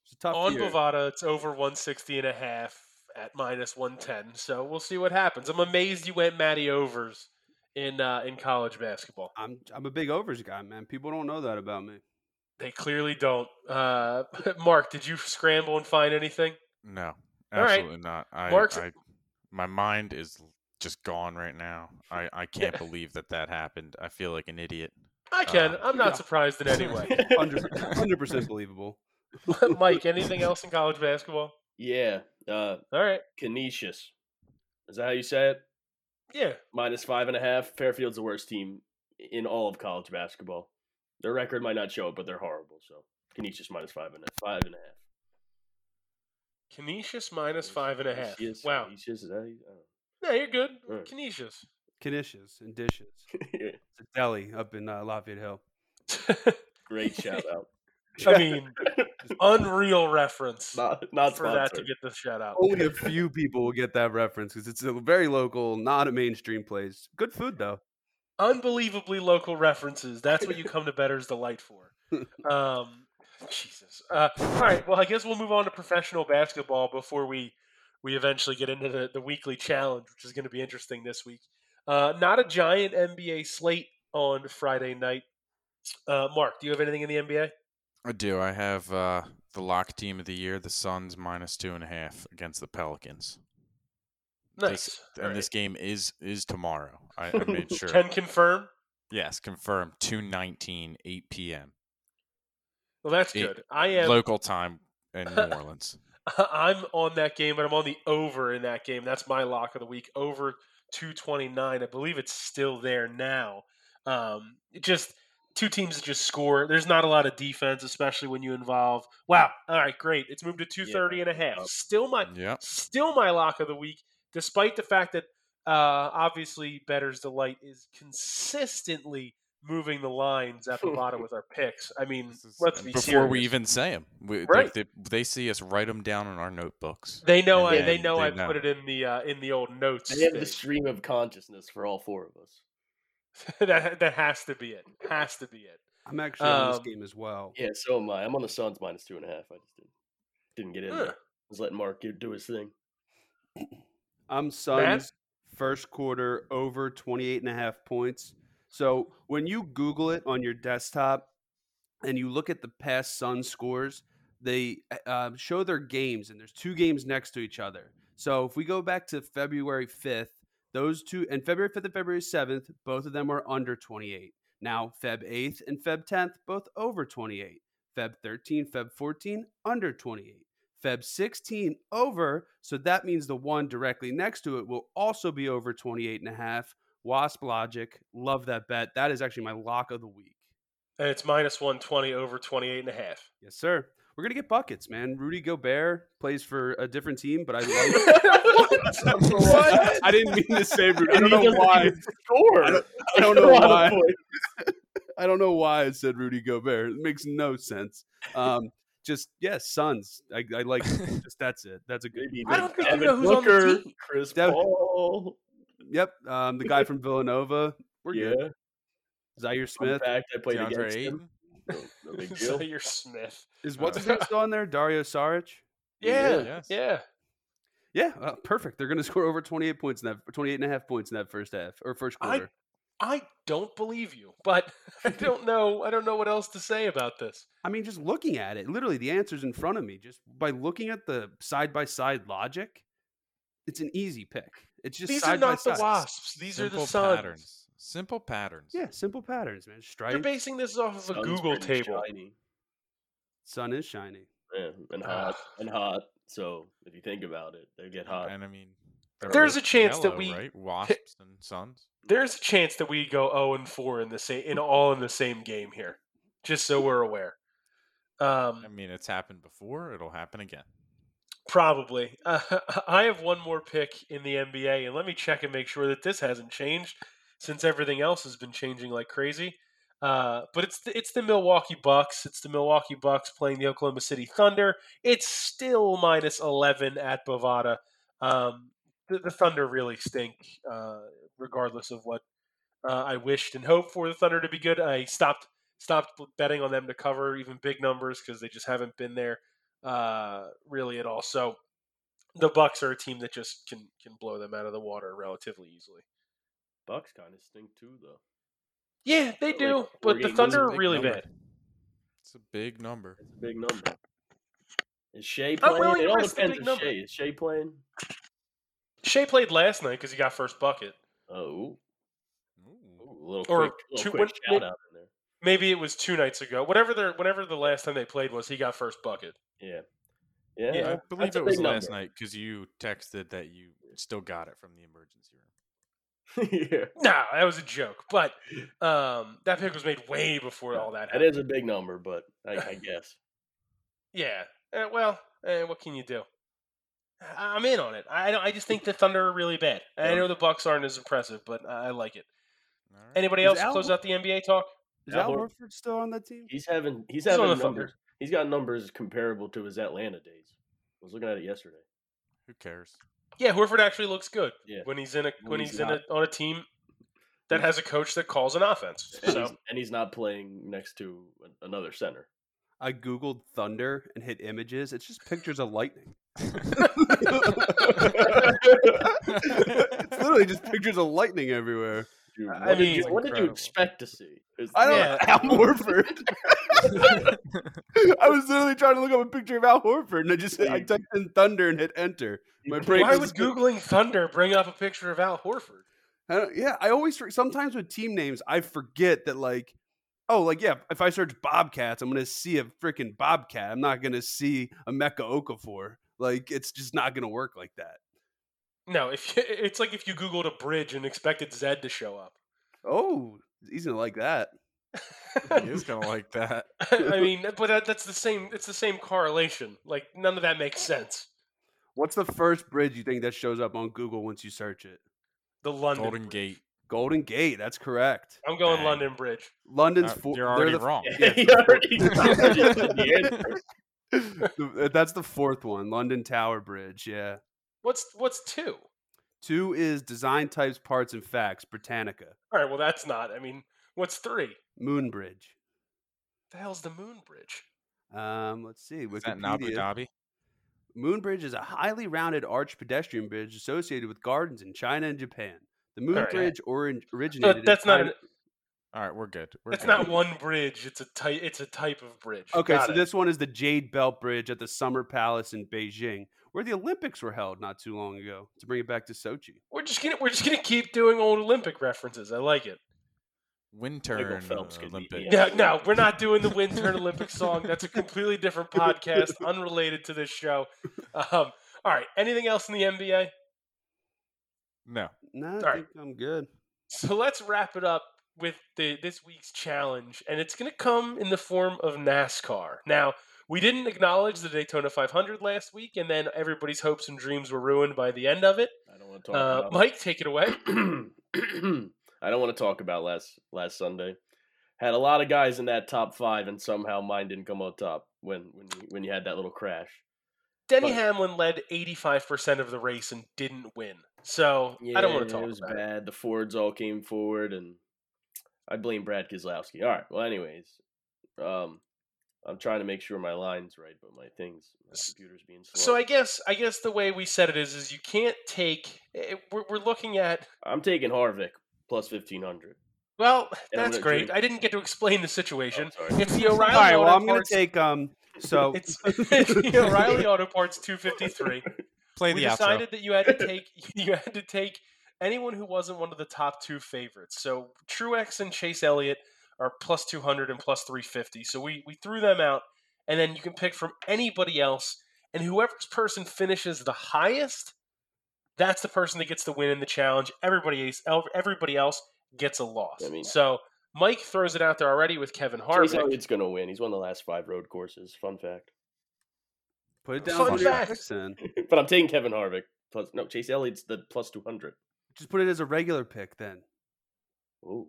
Speaker 5: it's a tough
Speaker 2: on
Speaker 5: year.
Speaker 2: Bovada, it's over 160 and a half at minus 110. So we'll see what happens. I'm amazed you went Matty overs in uh, in college basketball.
Speaker 5: I'm I'm a big overs guy, man. People don't know that about me.
Speaker 2: They clearly don't. Uh, Mark, did you scramble and find anything?
Speaker 3: No,
Speaker 2: All right.
Speaker 3: absolutely not. I,
Speaker 2: Mark's-
Speaker 3: I, my mind is l- just gone right now. I, I can't believe that that happened. I feel like an idiot.
Speaker 2: I can.
Speaker 3: Uh,
Speaker 2: I'm not
Speaker 5: yeah.
Speaker 2: surprised in any
Speaker 4: Uh,
Speaker 2: way.
Speaker 5: Hundred percent believable.
Speaker 2: Mike, anything else in college basketball?
Speaker 4: yeah, uh,
Speaker 2: All right.
Speaker 4: Canisius. Is that how you say it?
Speaker 2: Yeah.
Speaker 4: Minus five and a half. Fairfield's the worst team in all of college basketball. Their record might not show it, but they're horrible. So Canisius minus five and a five and a half.
Speaker 2: Canisius minus five and a half.
Speaker 4: Canisius,
Speaker 2: Wow.
Speaker 4: Canisius, is that how you- oh.
Speaker 2: Yeah, you're good.
Speaker 4: Right.
Speaker 2: Canisius.
Speaker 5: Canisius and dishes.
Speaker 4: Yeah,
Speaker 5: It's a deli up in uh, Lafayette Hill.
Speaker 4: Great shout out.
Speaker 2: I mean, unreal reference
Speaker 4: Not not
Speaker 2: for that to
Speaker 4: sponsored.
Speaker 2: get the shout out.
Speaker 5: Only a few people will get that reference because it's a very local, not a mainstream place. Good food though.
Speaker 2: unbelievably local references. That's what you come to Better's Delight for. Um, Jesus. Uh, all right. Well, I guess we'll move on to professional basketball before we we eventually get into the, the weekly challenge, which is going to be interesting this week. Uh, not a giant NBA slate on Friday night. Uh, Mark, do you have anything in the NBA?
Speaker 3: I do. I have uh, the lock team of the year, the Suns, minus two and a half against the Pelicans. This-
Speaker 2: Nice.
Speaker 3: and
Speaker 2: All right.
Speaker 3: this game is is tomorrow. I, I made sure.
Speaker 2: Can confirm.
Speaker 3: Yes, confirmed. 219, 8 p.m.
Speaker 2: Well, that's
Speaker 3: It-
Speaker 2: good. I am.
Speaker 3: Local time in New Orleans.
Speaker 2: I'm on that game, but I'm on the over in that game. That's my lock of the week. Over 229. I believe it's still there now. Um, it just two teams that just score. There's not a lot of defense, especially when you involve. Wow. All right, great. It's moved to 230 and a half. Still my
Speaker 3: Yep.
Speaker 2: still my lock of the week, despite the fact that uh, obviously Better's Delight is consistently moving the lines at the bottom with our picks. I mean,
Speaker 3: This is-
Speaker 2: let's
Speaker 3: and
Speaker 2: be
Speaker 3: before
Speaker 2: serious.
Speaker 3: we even say them. We,
Speaker 2: Right.
Speaker 3: right. they, they see us write them down in our notebooks.
Speaker 2: They know
Speaker 3: And
Speaker 2: I. They
Speaker 3: then
Speaker 2: know
Speaker 3: they
Speaker 2: I
Speaker 3: know.
Speaker 2: put it in the uh, in the old notes.
Speaker 4: They have
Speaker 2: thing.
Speaker 4: the stream of consciousness for all four of us.
Speaker 2: that that has to be it. Has to be it.
Speaker 5: I'm actually on this
Speaker 2: Um,
Speaker 5: game as well.
Speaker 4: Yeah, so am I. I'm on the Suns minus two and a half. I just didn't, didn't get in.
Speaker 2: Huh.
Speaker 4: there. I was letting Mark do- do his thing.
Speaker 5: I'm Suns first quarter over 28 and a half points. So when you Google it on your desktop and you look at the um, past Sun scores, they uh, show their games, and there's two games next to each other. So if we go back to February 5th, those two and February 5th and February 7th, both of them were under 28. Now Feb 8th and Feb 10th, both over 28. Feb 13, Feb 14, under 28. Feb 16 over, so that means the one directly next to it will also be over 28 and a half. Wasp logic, love that bet. That is actually my lock of the week.
Speaker 2: And it's minus 120 over 28 and a half.
Speaker 5: Yes, sir. We're gonna get buckets, man. Rudy Gobert plays for a different team, but I like.
Speaker 4: What?
Speaker 5: I didn't mean to say Rudy. I
Speaker 4: And he
Speaker 5: don't know
Speaker 4: doesn't
Speaker 5: why.
Speaker 4: even Score.
Speaker 5: I don't- I don't know
Speaker 4: A lot of
Speaker 5: why.
Speaker 4: points.
Speaker 5: I don't know why I said Rudy Gobert. It makes no sense. Um, just yes, Suns. I, I like. Just that's it. That's a good.
Speaker 4: Maybe
Speaker 2: I
Speaker 4: like
Speaker 2: don't think we
Speaker 4: Devin
Speaker 2: know who's on the
Speaker 4: Booker,
Speaker 2: team.
Speaker 4: Chris
Speaker 5: Devin-
Speaker 2: Oh.
Speaker 4: Paul.
Speaker 5: Yep. Um, the guy from Villanova. We're
Speaker 4: yeah.
Speaker 5: good. Zaire
Speaker 4: Fun
Speaker 5: Smith
Speaker 4: fact, I played
Speaker 3: DeAndre
Speaker 4: against
Speaker 3: Ayton.
Speaker 4: him. No, no big deal.
Speaker 2: Zaire Smith.
Speaker 5: is what's
Speaker 3: Uh,
Speaker 5: his name still on there? Dario Saric.
Speaker 2: Yeah. Yeah.
Speaker 3: Yes.
Speaker 5: Yeah, uh, perfect. They're going to score over 28 points in that 28 and a half points in that first half or first
Speaker 2: I-
Speaker 5: quarter.
Speaker 2: I don't believe you, but I don't know. I don't know what else to say about this.
Speaker 5: I mean, just looking at it, literally the answer's in front of me. Just by looking at the side by side logic, it's an easy pick. It's just
Speaker 2: These are
Speaker 5: side by
Speaker 2: not the
Speaker 5: side.
Speaker 2: Wasps. These are the
Speaker 3: Simple
Speaker 2: Suns.
Speaker 3: patterns. Simple patterns.
Speaker 5: Yeah, simple patterns, man.
Speaker 2: You're
Speaker 5: Stripe,
Speaker 2: basing this off of a
Speaker 4: Sun's
Speaker 2: Google
Speaker 4: pretty
Speaker 2: table.
Speaker 4: shiny.
Speaker 5: sun is shining.
Speaker 4: Yeah, and hot.
Speaker 2: Ah.
Speaker 4: and hot. So if you think about it, they get hot.
Speaker 3: And I mean, they're
Speaker 2: There's
Speaker 3: both
Speaker 2: a chance that
Speaker 3: yellow,
Speaker 2: we-
Speaker 3: right? wasps and suns.
Speaker 2: There's a chance that we go 0 and 4 in the same, in all in the same game here. Just so we're aware. Um,
Speaker 3: I mean, it's happened before. It'll happen again.
Speaker 2: Probably. Uh, I have one more pick in the NBA, and let me check and make sure that this hasn't changed since everything else has been changing like crazy. Uh, but it's the, it's the Milwaukee Bucks. It's the Milwaukee Bucks playing the Oklahoma City Thunder. It's still minus eleven at Bovada. Um, the, the Thunder really stink, uh, regardless of what uh, I wished and hoped for the Thunder to be good. I stopped stopped betting on them to cover even big numbers because they just haven't been there uh, really at all. So the Bucks are a team that just can can blow them out of the water relatively easily.
Speaker 4: Bucks kind of stink too, though.
Speaker 2: Yeah, they
Speaker 4: Like,
Speaker 2: do, but
Speaker 4: Oregon
Speaker 2: the
Speaker 4: was a
Speaker 2: Thunder are
Speaker 3: big
Speaker 2: really
Speaker 3: number.
Speaker 2: bad.
Speaker 3: It's a big number.
Speaker 4: It's a big number. Is Shea
Speaker 2: I'm
Speaker 4: playing?
Speaker 2: willing
Speaker 4: it
Speaker 2: to
Speaker 4: all
Speaker 2: risk the
Speaker 4: depends
Speaker 2: big
Speaker 4: on
Speaker 2: number.
Speaker 4: Shea. Is Shea playing?
Speaker 2: Shea played last night because he got first bucket.
Speaker 4: Oh, ooh,
Speaker 3: Ooh.
Speaker 4: ooh, a little
Speaker 2: Or
Speaker 4: quick, little
Speaker 2: two-
Speaker 4: quick
Speaker 2: when-
Speaker 4: shout out in there.
Speaker 2: Maybe it was two nights ago. Whatever the whenever the last time they played was, he got first bucket.
Speaker 4: Yeah. Yeah,
Speaker 2: Yeah,
Speaker 3: I
Speaker 4: that's
Speaker 3: believe
Speaker 4: a
Speaker 3: it was
Speaker 4: big
Speaker 3: last
Speaker 4: number.
Speaker 3: night because you texted that you still got it from the emergency room.
Speaker 4: yeah,
Speaker 2: Nah, that was a joke. But um, that pick was made way before all that.
Speaker 4: that
Speaker 2: Happened.
Speaker 4: is a big number, but I, I guess
Speaker 2: Yeah. Eh, well, eh, what can you do? I- I'm in on it. I don't, I just think the Thunder are really bad. I
Speaker 4: Yeah.
Speaker 2: know the Bucks aren't as impressive, but I I like it.
Speaker 3: All right.
Speaker 2: Anybody
Speaker 5: Is
Speaker 2: else
Speaker 5: Al-
Speaker 2: close out the NBA talk?
Speaker 5: Is
Speaker 4: Al
Speaker 5: Al
Speaker 4: Hor-
Speaker 5: Horford still on that team?
Speaker 4: he's having he's
Speaker 2: He's on
Speaker 4: having
Speaker 2: the Thunder.
Speaker 4: numbers. He's got numbers comparable to his Atlanta days. I was looking at it yesterday.
Speaker 3: Who cares?
Speaker 2: Yeah, Horford actually looks good
Speaker 4: Yeah.
Speaker 2: when he's in a
Speaker 4: When
Speaker 2: when
Speaker 4: he's
Speaker 2: he's, in a,
Speaker 4: not.
Speaker 2: on a team that has a coach that calls an offense.
Speaker 4: And,
Speaker 2: So
Speaker 4: he's, and he's not playing next to an- another center.
Speaker 5: I googled thunder and hit images. It's just pictures of lightning. it's literally just pictures of lightning everywhere.
Speaker 4: Dude,
Speaker 2: I
Speaker 4: what,
Speaker 2: mean,
Speaker 4: did you, what did you
Speaker 3: incredible.
Speaker 4: expect to see? Is-
Speaker 5: I don't
Speaker 2: Yeah.
Speaker 5: Al Horford. I was literally trying to look up a picture of Al Horford, and I just I
Speaker 4: Dude.
Speaker 5: typed in thunder and hit enter. My brain
Speaker 2: why
Speaker 5: was
Speaker 2: would
Speaker 5: just-
Speaker 2: googling Thunder bring up a picture of Al Horford?
Speaker 5: I don't- yeah, I always for- sometimes with team names I forget that like oh like yeah if I search Bobcats I'm gonna see a freaking Bobcat I'm not gonna see a Mecca Okafor like it's just not gonna work like that.
Speaker 2: No, if you, it's like if you googled a bridge and expected Zed to show up.
Speaker 5: Oh, he's gonna like that.
Speaker 3: he is gonna like that.
Speaker 2: I mean, but that, that's the same. It's the same correlation. Like none of that makes sense.
Speaker 5: What's the first bridge you think that shows up on Google once you search it?
Speaker 2: The London.
Speaker 3: Golden
Speaker 2: Bridge.
Speaker 3: Gate.
Speaker 5: Golden Gate. That's correct.
Speaker 2: I'm going
Speaker 3: Dang.
Speaker 2: London Bridge.
Speaker 5: London's
Speaker 3: Uh,
Speaker 5: four.
Speaker 3: you're
Speaker 5: they're
Speaker 3: already
Speaker 5: the-
Speaker 3: wrong.
Speaker 5: Yeah,
Speaker 4: He already said the answer.
Speaker 5: the- uh, that's the fourth one. London Tower Bridge. Yeah.
Speaker 2: What's what's two?
Speaker 5: Two is design types, parts, and facts. Britannica.
Speaker 2: All right. Well, that's not. I mean, what's three?
Speaker 5: Moon Bridge.
Speaker 2: The hell's the Moon Bridge?
Speaker 5: Um, let's see.
Speaker 3: Is that in Abu
Speaker 5: Wikipedia.
Speaker 3: Dhabi?
Speaker 5: Moon Bridge is a highly rounded arch pedestrian bridge associated with gardens in China and Japan. The Moon
Speaker 2: Alright.
Speaker 5: Bridge orin-
Speaker 2: No,
Speaker 5: originated. in
Speaker 2: that's not.
Speaker 5: China-
Speaker 2: An,
Speaker 3: All right, we're good. We're
Speaker 2: that's
Speaker 3: good.
Speaker 2: not one bridge. It's a type. It's a type of bridge.
Speaker 5: Okay,
Speaker 2: Got
Speaker 5: so
Speaker 2: it.
Speaker 5: this one is the Jade Belt Bridge at the Summer Palace in Beijing, where the Olympics were held not too long ago. To bring it back to Sochi,
Speaker 2: We're just gonna we're just gonna keep doing old Olympic references. I like it.
Speaker 3: Winter
Speaker 4: Phelps could beat me
Speaker 3: Olympics.
Speaker 4: up.
Speaker 2: No, no, we're not doing the Winter Olympic song. That's a completely different podcast, unrelated to this show. Um, all right. Anything else in the NBA?
Speaker 3: No.
Speaker 5: no, I
Speaker 2: right.
Speaker 5: think I'm good.
Speaker 2: So let's wrap it up with the this week's challenge, and it's going to come in the form of NASCAR. Now, we didn't acknowledge the Daytona 500 last week, and then everybody's hopes and dreams were ruined by the end of it.
Speaker 4: I don't want to talk
Speaker 2: Uh,
Speaker 4: about
Speaker 2: Mike, take it away.
Speaker 4: I don't want to talk about last last Sunday. Had a lot of guys in that top five, and somehow mine didn't come on top when when you, when you had that little crash.
Speaker 2: Denny
Speaker 4: But-
Speaker 2: Hamlin led 85% of the race and didn't win. So I don't want to talk
Speaker 4: It was
Speaker 2: about it.
Speaker 4: bad. The Fords all came forward, and I blame Brad Keselowski. All right. Well, anyways, um, I'm trying to make sure my line's right, but my things, my
Speaker 2: S-
Speaker 4: computer's being slow.
Speaker 2: So I guess I guess the way we said it is is you can't take eh, we're, we're looking at
Speaker 4: I'm taking Harvick plus fifteen hundred. Oh,
Speaker 2: well
Speaker 4: Yeah, I'm
Speaker 2: that's
Speaker 4: gonna
Speaker 2: great
Speaker 4: do-
Speaker 2: I didn't get to explain the situation
Speaker 4: sorry.
Speaker 2: it's the O'Reilly
Speaker 5: All right, well,
Speaker 2: Auto
Speaker 5: I'm going
Speaker 2: Parts-
Speaker 5: to take um. So
Speaker 2: it's, it's the O'Reilly Auto Parts 253
Speaker 3: Play
Speaker 2: we
Speaker 3: the
Speaker 2: decided
Speaker 3: outro.
Speaker 2: that you had to take you had to take anyone who wasn't one of the top two favorites. So Truex and Chase Elliott are plus two hundred and plus three fifty. So we we threw them out, and then you can pick from anybody else, and whoever's person finishes the highest, that's the person that gets the win in the challenge. Everybody else, el- everybody else gets a loss.
Speaker 4: I mean-
Speaker 2: so Mike throws it out there already with Kevin
Speaker 4: Chase
Speaker 2: Harvick.
Speaker 4: Elliott's gonna win. He's won the last five road courses. Fun fact.
Speaker 5: put it down
Speaker 2: Fun
Speaker 5: for your
Speaker 2: fact.
Speaker 5: picks then.
Speaker 4: but I'm taking Kevin Harvick. Plus, no, Chase Elliott's the plus two hundred.
Speaker 5: Just put it as a regular pick then.
Speaker 4: Ooh,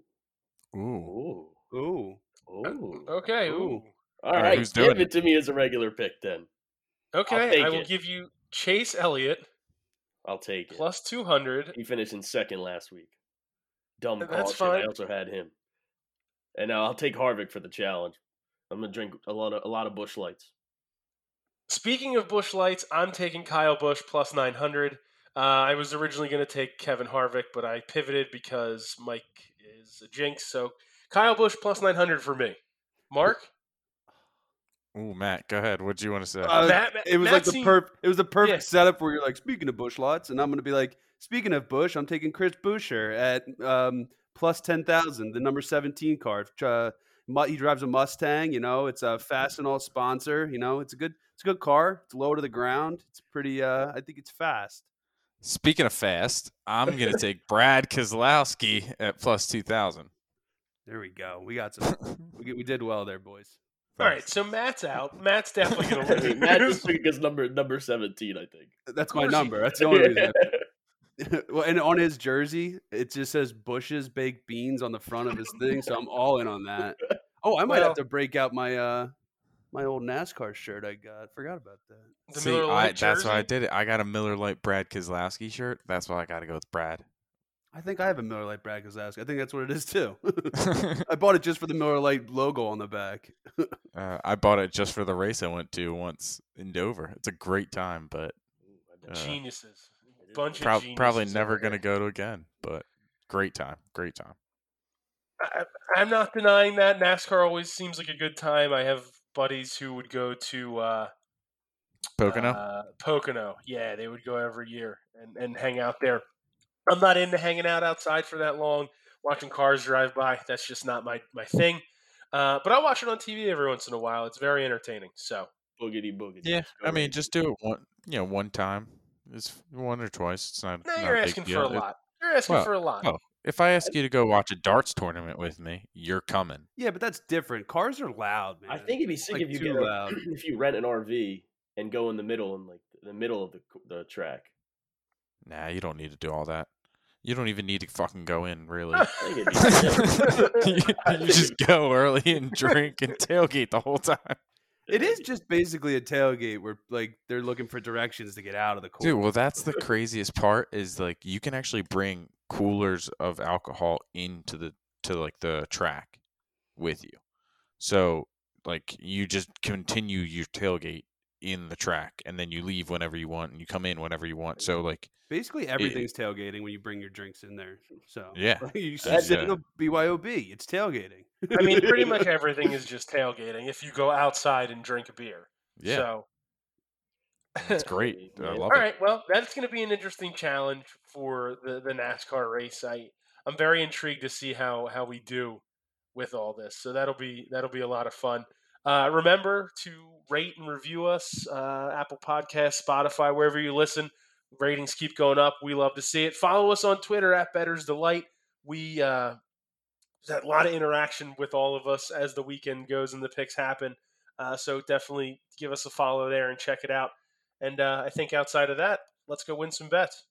Speaker 3: Ooh.
Speaker 4: ooh,
Speaker 5: Ooh,
Speaker 4: ooh.
Speaker 2: Uh, Okay,
Speaker 5: Ooh.
Speaker 2: ooh.
Speaker 4: All
Speaker 3: All right,
Speaker 4: right,
Speaker 3: who's
Speaker 4: give
Speaker 3: doing
Speaker 4: it to me as a regular pick then.
Speaker 2: okay.
Speaker 4: take
Speaker 2: I will
Speaker 4: it.
Speaker 2: give you Chase Elliott
Speaker 4: I'll take it.
Speaker 2: plus two hundred
Speaker 4: he finished in second last week. Dumb
Speaker 2: That's
Speaker 4: call shit. I
Speaker 2: fine.
Speaker 4: also had him, and now I'll take Harvick for the challenge. I'm gonna drink a lot of a lot of Bush Lights.
Speaker 2: Speaking of Bush lights, I'm taking Kyle Bush plus 900. Uh, I was originally going to take Kevin Harvick, but I pivoted because Mike is a jinx. So Kyle Bush plus 900 for me. Mark?
Speaker 3: Ooh, Matt, go ahead. What do you want to say?
Speaker 5: Uh,
Speaker 2: Matt- Matt-
Speaker 5: it was
Speaker 2: Matt
Speaker 5: like the
Speaker 2: seemed-
Speaker 5: perf. It was the perfect
Speaker 2: Yeah.
Speaker 5: setup where you're like, speaking of Bush lots, and I'm going to be like, speaking of Bush, I'm taking Chris Boucher at um, plus ten thousand, the number seventeen card. Uh, mu- he drives a Mustang. You know, it's a Fastenal sponsor. You know, it's a good, it's a good car. It's low to the ground. It's pretty. Uh, I think it's fast.
Speaker 3: Speaking of fast, I'm going to take Brad Keselowski at plus 2,000.
Speaker 5: There we go. We got some. we, get- we did well there, boys.
Speaker 2: All right, so Matt's out. Matt's definitely going to
Speaker 4: Wait,
Speaker 2: lose.
Speaker 4: Matt just took his number number seventeen, I think.
Speaker 5: That's my
Speaker 2: course he
Speaker 5: number. That's the only reason. well, and on his jersey, it just says Bush's baked beans on the front of his thing, so I'm all in on that. Oh, I might
Speaker 2: Well-
Speaker 5: have to break out my uh my old NASCAR shirt I got. Forgot about that.
Speaker 2: The
Speaker 3: See,
Speaker 2: Miller
Speaker 3: I,
Speaker 2: Lite
Speaker 3: that's why I
Speaker 2: jersey.
Speaker 3: did it. I got a Miller Lite Brad Keselowski shirt. That's why I got to go with Brad.
Speaker 5: I think I have a Miller Lite Brad Keselowski. I think that's what it is too. I bought it just for the Miller Lite logo on the back.
Speaker 3: uh, I bought it just for the race I went to once in Dover. It's a great time, but uh,
Speaker 2: Geniuses. Bunch of
Speaker 3: prob-
Speaker 2: geniuses.
Speaker 3: probably
Speaker 2: over
Speaker 3: never
Speaker 2: here.
Speaker 3: going to go to again. But great time. Great time.
Speaker 2: I, I'm not denying that. NASCAR always seems like a good time. I have buddies who would go to. Uh,
Speaker 3: Pocono?
Speaker 2: Uh, Pocono. Yeah, they would go every year and, and hang out there. I'm not into hanging out outside for that long, watching cars drive by. That's just not my, my thing. Uh, but I watch it on TV every once in a while. It's very entertaining. So
Speaker 4: Boogity boogity.
Speaker 3: yeah.
Speaker 4: Let's go
Speaker 3: I mean,
Speaker 4: Ravens.
Speaker 3: just do it one, you know, one time. It's one or twice. It's not.
Speaker 2: now
Speaker 3: not
Speaker 2: you're
Speaker 3: a big
Speaker 2: asking for
Speaker 3: deal.
Speaker 2: a
Speaker 3: It-
Speaker 2: lot. You're asking
Speaker 3: Well,
Speaker 2: for a lot.
Speaker 3: oh. If I ask you to go watch a darts tournament with me, you're coming.
Speaker 5: Yeah, but that's different. Cars are loud, man.
Speaker 4: I think it'd be sick
Speaker 5: like
Speaker 4: if you
Speaker 5: too
Speaker 4: get a,
Speaker 5: loud.
Speaker 4: if you rent an RV and go in the middle and like the middle of the the track.
Speaker 3: Nah, you don't need to do all that. You don't even need to fucking go in, really.
Speaker 2: I
Speaker 4: think
Speaker 3: you,
Speaker 4: it'd be sick.
Speaker 3: you just go early and drink and tailgate the whole time.
Speaker 5: it is just basically a tailgate where like they're looking for directions to get out of the course.
Speaker 3: Dude, well, that's the craziest part is like you can actually bring coolers of alcohol into the to like the track with you. So like you just continue your tailgate in the track and then you leave whenever you want and you come in whenever you want. So like
Speaker 5: Basically, everything's tailgating when you bring your drinks in there. So
Speaker 3: yeah.
Speaker 5: you
Speaker 3: should
Speaker 5: should sit in
Speaker 3: say.
Speaker 5: a BYOB. It's tailgating.
Speaker 2: I mean, pretty much everything is just tailgating if you go outside and drink a beer.
Speaker 3: Yeah.
Speaker 2: So
Speaker 3: That's great. I
Speaker 4: All
Speaker 3: love
Speaker 2: All
Speaker 3: it.
Speaker 2: right. Well, that's going to be an interesting challenge for the, the NASCAR race. I I'm very intrigued to see how how we do with all this. So that'll be that'll be a lot of fun. Uh, remember to rate and review us, uh, Apple Podcasts, Spotify, wherever you listen. Ratings keep going up. We love to see it. Follow us on Twitter at Better's Delight. We uh, there's a lot of interaction with all of us as the weekend goes and the picks happen. Uh, so definitely give us a follow there and check it out. And uh, I think outside of that, let's go win some bets.